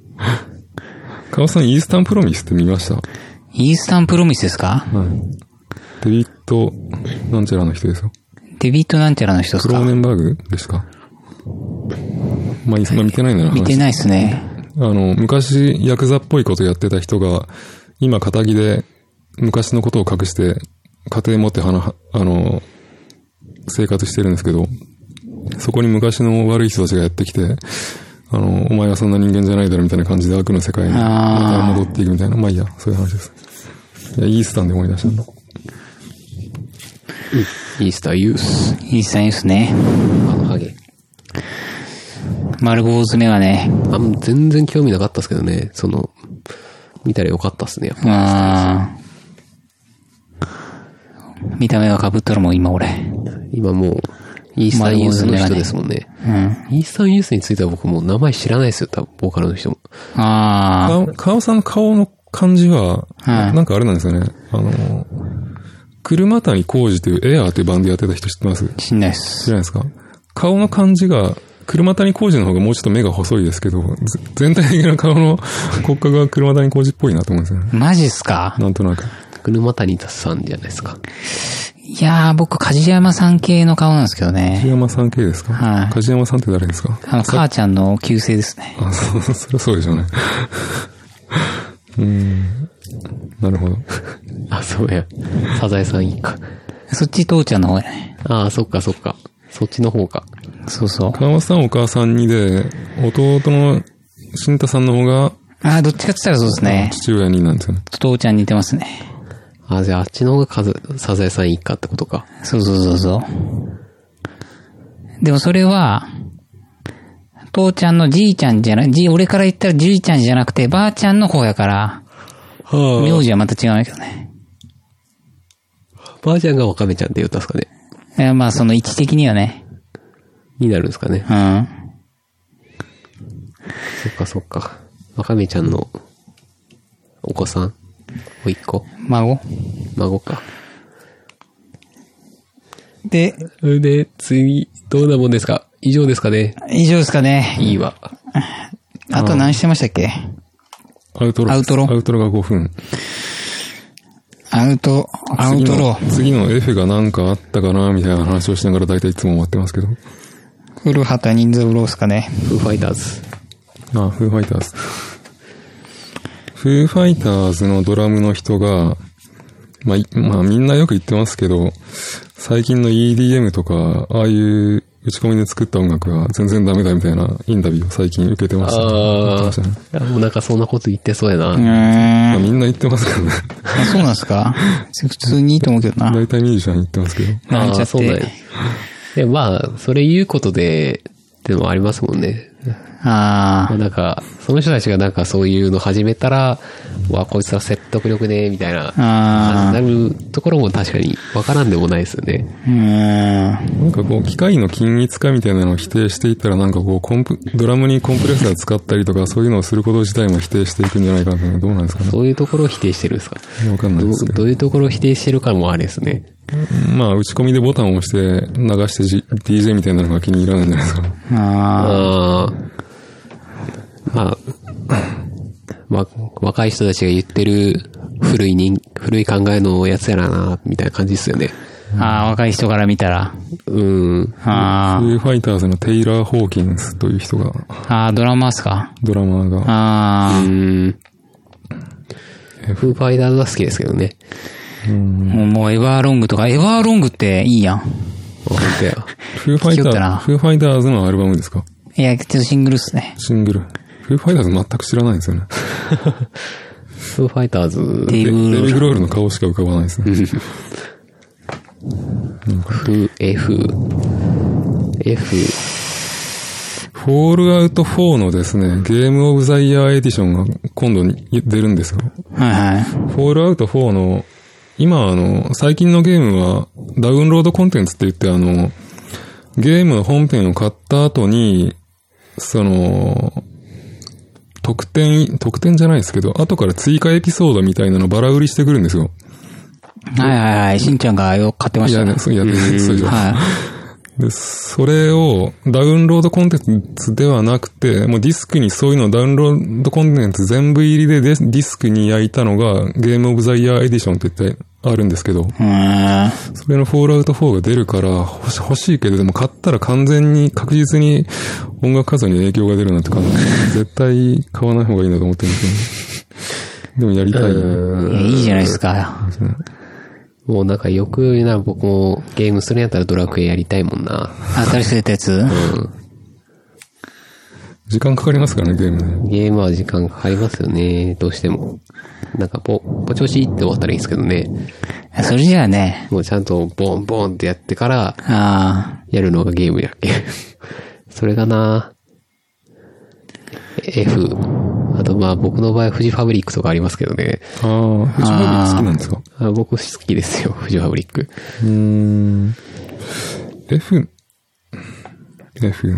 Speaker 2: 川尾さん、イースタンプロミスって見ました
Speaker 1: イースタンプロミスですか
Speaker 2: はい。デビット、なんちゃらの人ですよ。
Speaker 1: デビットなんちゃらの人です
Speaker 2: クロー
Speaker 1: か
Speaker 2: ネンバーグですかまあ、いいまあ見てないなら話
Speaker 1: 見てないっすね。
Speaker 2: あの、昔、ヤクザっぽいことやってた人が、今、仇で、昔のことを隠して、家庭持ってはな、あの、生活してるんですけど、そこに昔の悪い人たちがやってきて、あの、お前はそんな人間じゃないだろみたいな感じで悪の世界に、また戻っていくみたいな。まあいいや、そういう話です。いや、イースタンで思い出したんだ。
Speaker 3: イースターユース。
Speaker 1: イースタンですね。
Speaker 3: あのハゲ。
Speaker 1: 丸坊主メガネ。
Speaker 3: あん全然興味なかったですけどね。その、見たらよかったっすね。やっぱ
Speaker 1: あー見た目が被っとるもん、今俺。
Speaker 3: 今もう、イースタンユースの人ですもんね。
Speaker 1: うん。
Speaker 3: イースタンユースについては僕もう名前知らないですよ、多分、ボーカルの人も。
Speaker 1: あ
Speaker 2: か川尾さんの顔の感じは、
Speaker 1: はい
Speaker 2: なんかあれなんですよね。あの、車谷浩二というエアーというバンドやってた人知ってます
Speaker 1: あ、しんないっ
Speaker 2: 知
Speaker 1: す。
Speaker 2: らないですか顔の感じが、車谷浩二の方がもうちょっと目が細いですけど、ぜ全体的な顔の骨格が車谷浩二っぽいなと思うんですよね。
Speaker 1: マジっすか
Speaker 2: なんとなく。
Speaker 3: 車谷達さんじゃないですか。
Speaker 1: いやー、僕、梶山さん系の顔なんですけど
Speaker 2: 梶
Speaker 1: ね。
Speaker 2: 山さん系ですか
Speaker 1: はい
Speaker 2: 梶山さんって誰ですか
Speaker 1: あの、母ちゃんの旧姓ですね。
Speaker 2: あ、そう、そりゃそうでしょうね。うん。なるほど。
Speaker 3: あ、そうや。サザエさん一家。
Speaker 1: そっち父ちゃんの方やね。
Speaker 3: ああ、そっかそっか。そっちの方か。
Speaker 1: そうそう。
Speaker 2: 川本さんお母さんにで、弟の慎太さんの方が
Speaker 1: あー、どっちかって言ったらそうですね。
Speaker 2: 父親になんですよね。
Speaker 1: 父ちゃん似てますね。
Speaker 3: あじゃああっちの方がカズサザエさん一家ってことか。
Speaker 1: そうそうそうそう。でもそれは、父ちゃんのじいちゃんじゃな、じ、俺から言ったらじいちゃんじゃなくて、ばあちゃんの方やから、名字はまた違うんやけどね。
Speaker 3: ばあちゃんがワカメちゃんって言ったんですかね。
Speaker 1: えまあその位置的にはね。
Speaker 3: になるんですか
Speaker 1: う
Speaker 3: ね。
Speaker 1: ん。
Speaker 3: そっかそっか。ワカメちゃんのお子さんおいっ子
Speaker 1: 孫
Speaker 3: 孫か。
Speaker 1: で、
Speaker 3: それで、次、どうなもんですか以上ですかね
Speaker 1: 以上ですかね。
Speaker 3: いいわ。
Speaker 1: あと何してましたっけ
Speaker 2: アウトロー。
Speaker 1: アウトロー
Speaker 2: アウトローが5分。
Speaker 1: アウト、アウトロー。
Speaker 2: 次の次の F がなんかあったかなみたいな話をしながら大体いつも終わってますけど。
Speaker 1: 古畑任三郎ですかね。
Speaker 3: フーファイターズ。
Speaker 2: あ、フーファイターズ。フーファイターズのドラムの人が、まあ、いまあ、みんなよく言ってますけど、最近の EDM とか、ああいう打ち込みで作った音楽は全然ダメだみたいなインタビューを最近受けてました。言って
Speaker 3: あ
Speaker 2: ましたね
Speaker 3: あ、もうなんかそんなこと言ってそうやな。
Speaker 1: うー
Speaker 2: まあ、
Speaker 1: ん。
Speaker 2: みんな言ってますけどね。
Speaker 1: あそうなんです <laughs> か普通にいいと思うけどな。
Speaker 2: 大体ミュージシャン言ってますけど。
Speaker 1: 泣いちゃ
Speaker 3: あ
Speaker 1: っ
Speaker 3: あ
Speaker 1: て
Speaker 3: そうだよ。で、まあ、それ言うことで、でもありますもんね。
Speaker 1: あ
Speaker 3: まあ、なんか、その人たちがなんかそういうの始めたら、うわ、こいつら説得力ね、みたいな、
Speaker 1: あ
Speaker 3: なるところも確かにわからんでもないですよね。
Speaker 1: ー。うーん。
Speaker 2: なんかこう、機械の均一化みたいなのを否定していったら、なんかこう、コンプ、ドラムにコンプレッサー使ったりとか、そういうのをすること自体も否定していくんじゃないかなとどうなんですかね。
Speaker 3: そういうところを否定してるんですか
Speaker 2: わかんない
Speaker 3: ど
Speaker 2: ですけど。
Speaker 3: どういうところを否定してるかもあれですね。
Speaker 2: まあ、打ち込みでボタンを押して、流してじ DJ みたいなのが気に入らないんじゃないですか。
Speaker 1: あ
Speaker 3: ああ。まあ、まあ、若い人たちが言ってる古い人、古い考えのやつやらな、みたいな感じですよね。
Speaker 1: ーあー、若い人から見たら。
Speaker 3: うん。
Speaker 2: フ
Speaker 1: あー
Speaker 2: ーファイターズのテイラー・ホーキンスという人が、
Speaker 1: あー、ドラマーっすか
Speaker 2: ドラマーが、
Speaker 3: う
Speaker 1: あ
Speaker 3: ん。フーファイターズは好きですけどね。
Speaker 1: あ、もうもうエヴァーロングとか、エヴァーロングっていいやん。
Speaker 3: 本当や。
Speaker 2: フーフ
Speaker 1: 聞
Speaker 2: ァイ
Speaker 1: き
Speaker 2: タ
Speaker 1: よったな
Speaker 2: ーズ、フーファイターズのアルバムですか
Speaker 1: いや、ちょっとシングルっすね。
Speaker 2: シングル。フーファイターズ全く知らないんですよね。
Speaker 3: フーファイターズ、
Speaker 1: デイ
Speaker 2: デデ
Speaker 1: ブ・
Speaker 2: ビグロールの顔しか浮かばないですね。
Speaker 3: フ、F、F、
Speaker 2: フォールアウト4のですね、ゲームオブザイヤーエディションが今度に出るんですよ。
Speaker 1: はいはい。
Speaker 2: フォールアウト4の、今あの、最近のゲームはダウンロードコンテンツって言ってあの、ゲームの本編を買った後に、その、特典、特典じゃないですけど、後から追加エピソードみたいなのバラ売りしてくるんですよ。
Speaker 1: はいはいはい。しんちゃんがよく買ってま
Speaker 2: い
Speaker 1: し
Speaker 2: や、
Speaker 1: たね
Speaker 2: ね、。そういや、そうじゃん
Speaker 1: はい。
Speaker 2: で、それをダウンロードコンテンツではなくて、もうディスクにそういうのをダウンロードコンテンツ全部入りでデディスクに焼いたのがゲームオブザイヤーエディションって言ってあるんですけど、
Speaker 1: うーん。
Speaker 2: それのフォールアウト4が出るから欲し欲しいけど、でも買ったら完全に確実に音楽活動に影響が出るなって感じ。絶対買わない方がいいなと思ってるんですけど、ね、でもやりたい。
Speaker 1: いやいいじゃないですか。
Speaker 3: もうなんかよく言うな、僕もゲームするんやったらドラクエやりたいもんな。
Speaker 1: 新しく出たやつ
Speaker 2: 時間かかりますからね、ゲームね。
Speaker 3: ゲームは時間かかりますよね、どうしても。なんかぽ、ぽちょしって終わったらいいんですけどね。
Speaker 1: それじゃあね。
Speaker 3: もうちゃんとボンボンってやってから
Speaker 1: あ
Speaker 3: やるのがゲームやっけ。 <laughs> それがな F。あとまあ僕の場合富士ファブリックとかありますけどね。
Speaker 2: ああ、フジモリ好きなんですか
Speaker 3: あ僕好きですよ、富士ファブリック。
Speaker 2: うーん。F、 F ね。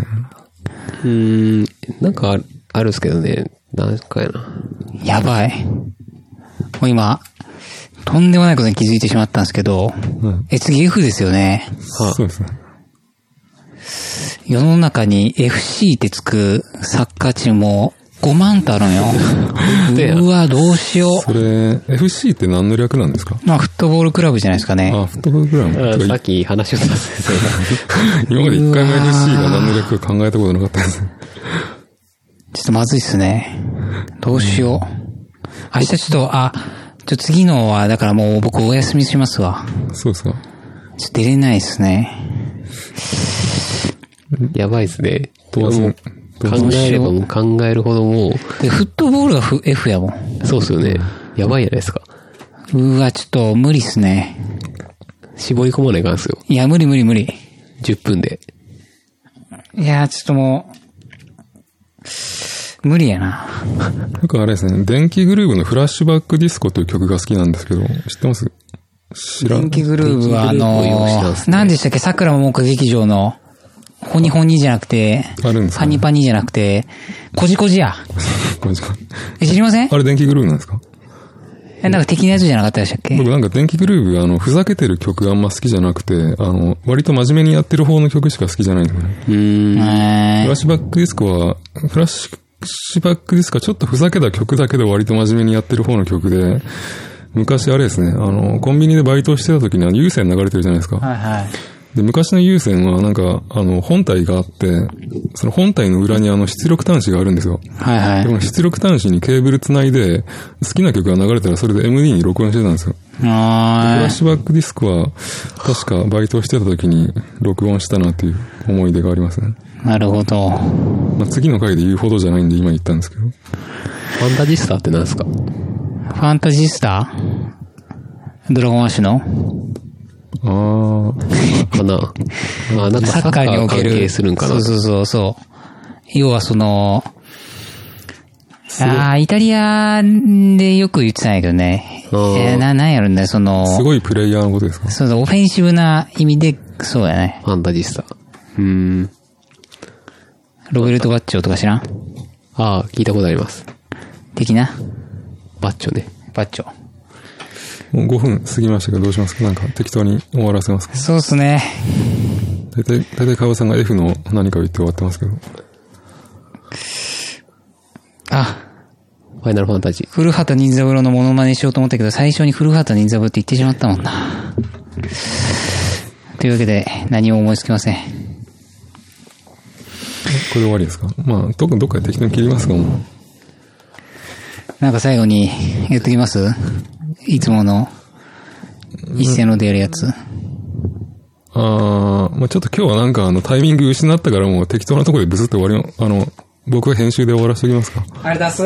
Speaker 3: うーん、なんかあるあるっすけどね。なんかやな。
Speaker 1: やばい。もう今、とんでもないことに気づいてしまったんですけど、え、次 F ですよね。
Speaker 2: そうですね。
Speaker 1: 世の中に FC ってつくサッカーチームも5万とあるんよ
Speaker 3: 当や。
Speaker 1: うわ、どうしよ
Speaker 2: それ、FC って何の略なんですか
Speaker 1: う。まあ、フットボールクラブじゃないですかね。
Speaker 2: あ、フットボールクラブ。
Speaker 3: あ
Speaker 2: て
Speaker 3: さ
Speaker 2: か
Speaker 3: っき話をした先生
Speaker 2: 今まで一回も FC が何の略か考えたことなかったです。
Speaker 1: ちょっとまずいっすね。どうしよう。明日ちょっと、あ、ちょ、次のは、だからもう僕お休みしますわ。
Speaker 2: そうですか。
Speaker 1: ちょっと出れないっすね。
Speaker 3: が。 <laughs> やばいっすね。
Speaker 2: どうす
Speaker 3: も
Speaker 2: る
Speaker 3: う考えればもう考えるほども
Speaker 1: で、フットボールがフ F やもん。
Speaker 3: う、そうっすよね。やばいじゃないですか。
Speaker 1: うわ、ちょっと無理っすね。
Speaker 3: 絞り込まないかんっすよ。
Speaker 1: いや、無理無理無理。
Speaker 3: 10分で。
Speaker 1: いやー、ちょっともう、無理やな。
Speaker 2: なんかあれですね、電気グルーヴのフラッシュバックディスコという曲が好きなんですけど、知ってます知らん
Speaker 1: 電。気グルーヴは、あ
Speaker 3: 電気グルーヴ
Speaker 1: の
Speaker 3: を用意したんで
Speaker 1: ー、
Speaker 3: すね
Speaker 1: 何でしたっけ桜ももか劇場の、ホニホニじゃなくて、
Speaker 2: あるんです
Speaker 1: パ
Speaker 2: か、
Speaker 1: ニパニじゃなくて、コジコジや。
Speaker 2: ごめんなさい
Speaker 1: え、知りません
Speaker 2: あれ電気グルーヴなんですか
Speaker 1: え、なんか敵のやつじゃなかったでしたっけ
Speaker 2: 僕なんか電気グルーヴ、あの、ふざけてる曲があんま好きじゃなくて、あの、割と真面目にやってる方の曲しか好きじゃないんですよね。
Speaker 3: うーん。
Speaker 2: フ
Speaker 1: え
Speaker 2: ラッシュバックディスコは、フラッシュバックディスコはちょっとふざけた曲だけど割と真面目にやってる方の曲で、昔あれですね、あの、コンビニでバイトしてた時にあの、有線流れてるじゃないですか。
Speaker 1: はいはい。
Speaker 2: で、昔の有線はなんか、あの、本体があって、その本体の裏にあの、出力端子があるんですよ。
Speaker 1: はい
Speaker 2: で、
Speaker 1: はい。
Speaker 2: この出力端子にケーブル繋いで、好きな曲が流れたらそれで MD に録音してたんですよ。フラ
Speaker 1: あ
Speaker 2: ッシュバックディスクは、確かバイトしてた時に録音したなっていう思い出がありますね。
Speaker 1: ー、なるほど。
Speaker 2: まあ、次の回で言うほどじゃないんで今言ったんですけど。
Speaker 3: ファンタジスタってなんですか
Speaker 1: ファンタジスタドラゴンアッシュの
Speaker 2: ああ、
Speaker 3: かな。まあなんか
Speaker 1: サッ
Speaker 3: サッ
Speaker 1: カ
Speaker 3: カ
Speaker 1: ー
Speaker 3: ー
Speaker 1: にお
Speaker 3: 関
Speaker 1: ける。
Speaker 3: 係するんかな
Speaker 1: そう。そうそうそう。要はその、ああ、イタリアでよく言ってたんやけどね。え
Speaker 3: あー
Speaker 1: ー、な、なんやろね、その、
Speaker 2: すごいプレイヤーのことですか
Speaker 1: そうそう、オフェンシブな意味で、そうやね。
Speaker 3: ファンタジスタ。うーん。
Speaker 1: ロベルト・バッチョとか知らん
Speaker 3: ああ、聞いたことあります。
Speaker 1: 的な
Speaker 3: バッチョね。
Speaker 1: バッチョ。
Speaker 2: もう5分過ぎましたけどどうしますかなんか適当に終わらせますか
Speaker 1: そうっすね。
Speaker 2: 大体、大体カブさんが F の何かを言って終わってますけど。
Speaker 1: あ、
Speaker 3: ファイナルファンタジー。
Speaker 1: 古畑任三郎のモノマネしようと思ったけど、最初に古畑任三郎って言ってしまったもんな。というわけで、何も思いつきません。
Speaker 2: これで終わりですかまあ、特にどっかで適当に切りますかもう。
Speaker 1: なんか最後に、言っときますいつもの、一斉のでやるやつ。
Speaker 2: あー、まあちょっと今日はなんかあのタイミング失ったからもう適当なところでブスって終わりの、あの、僕は編集で終わらせておきますか。
Speaker 1: あれ出す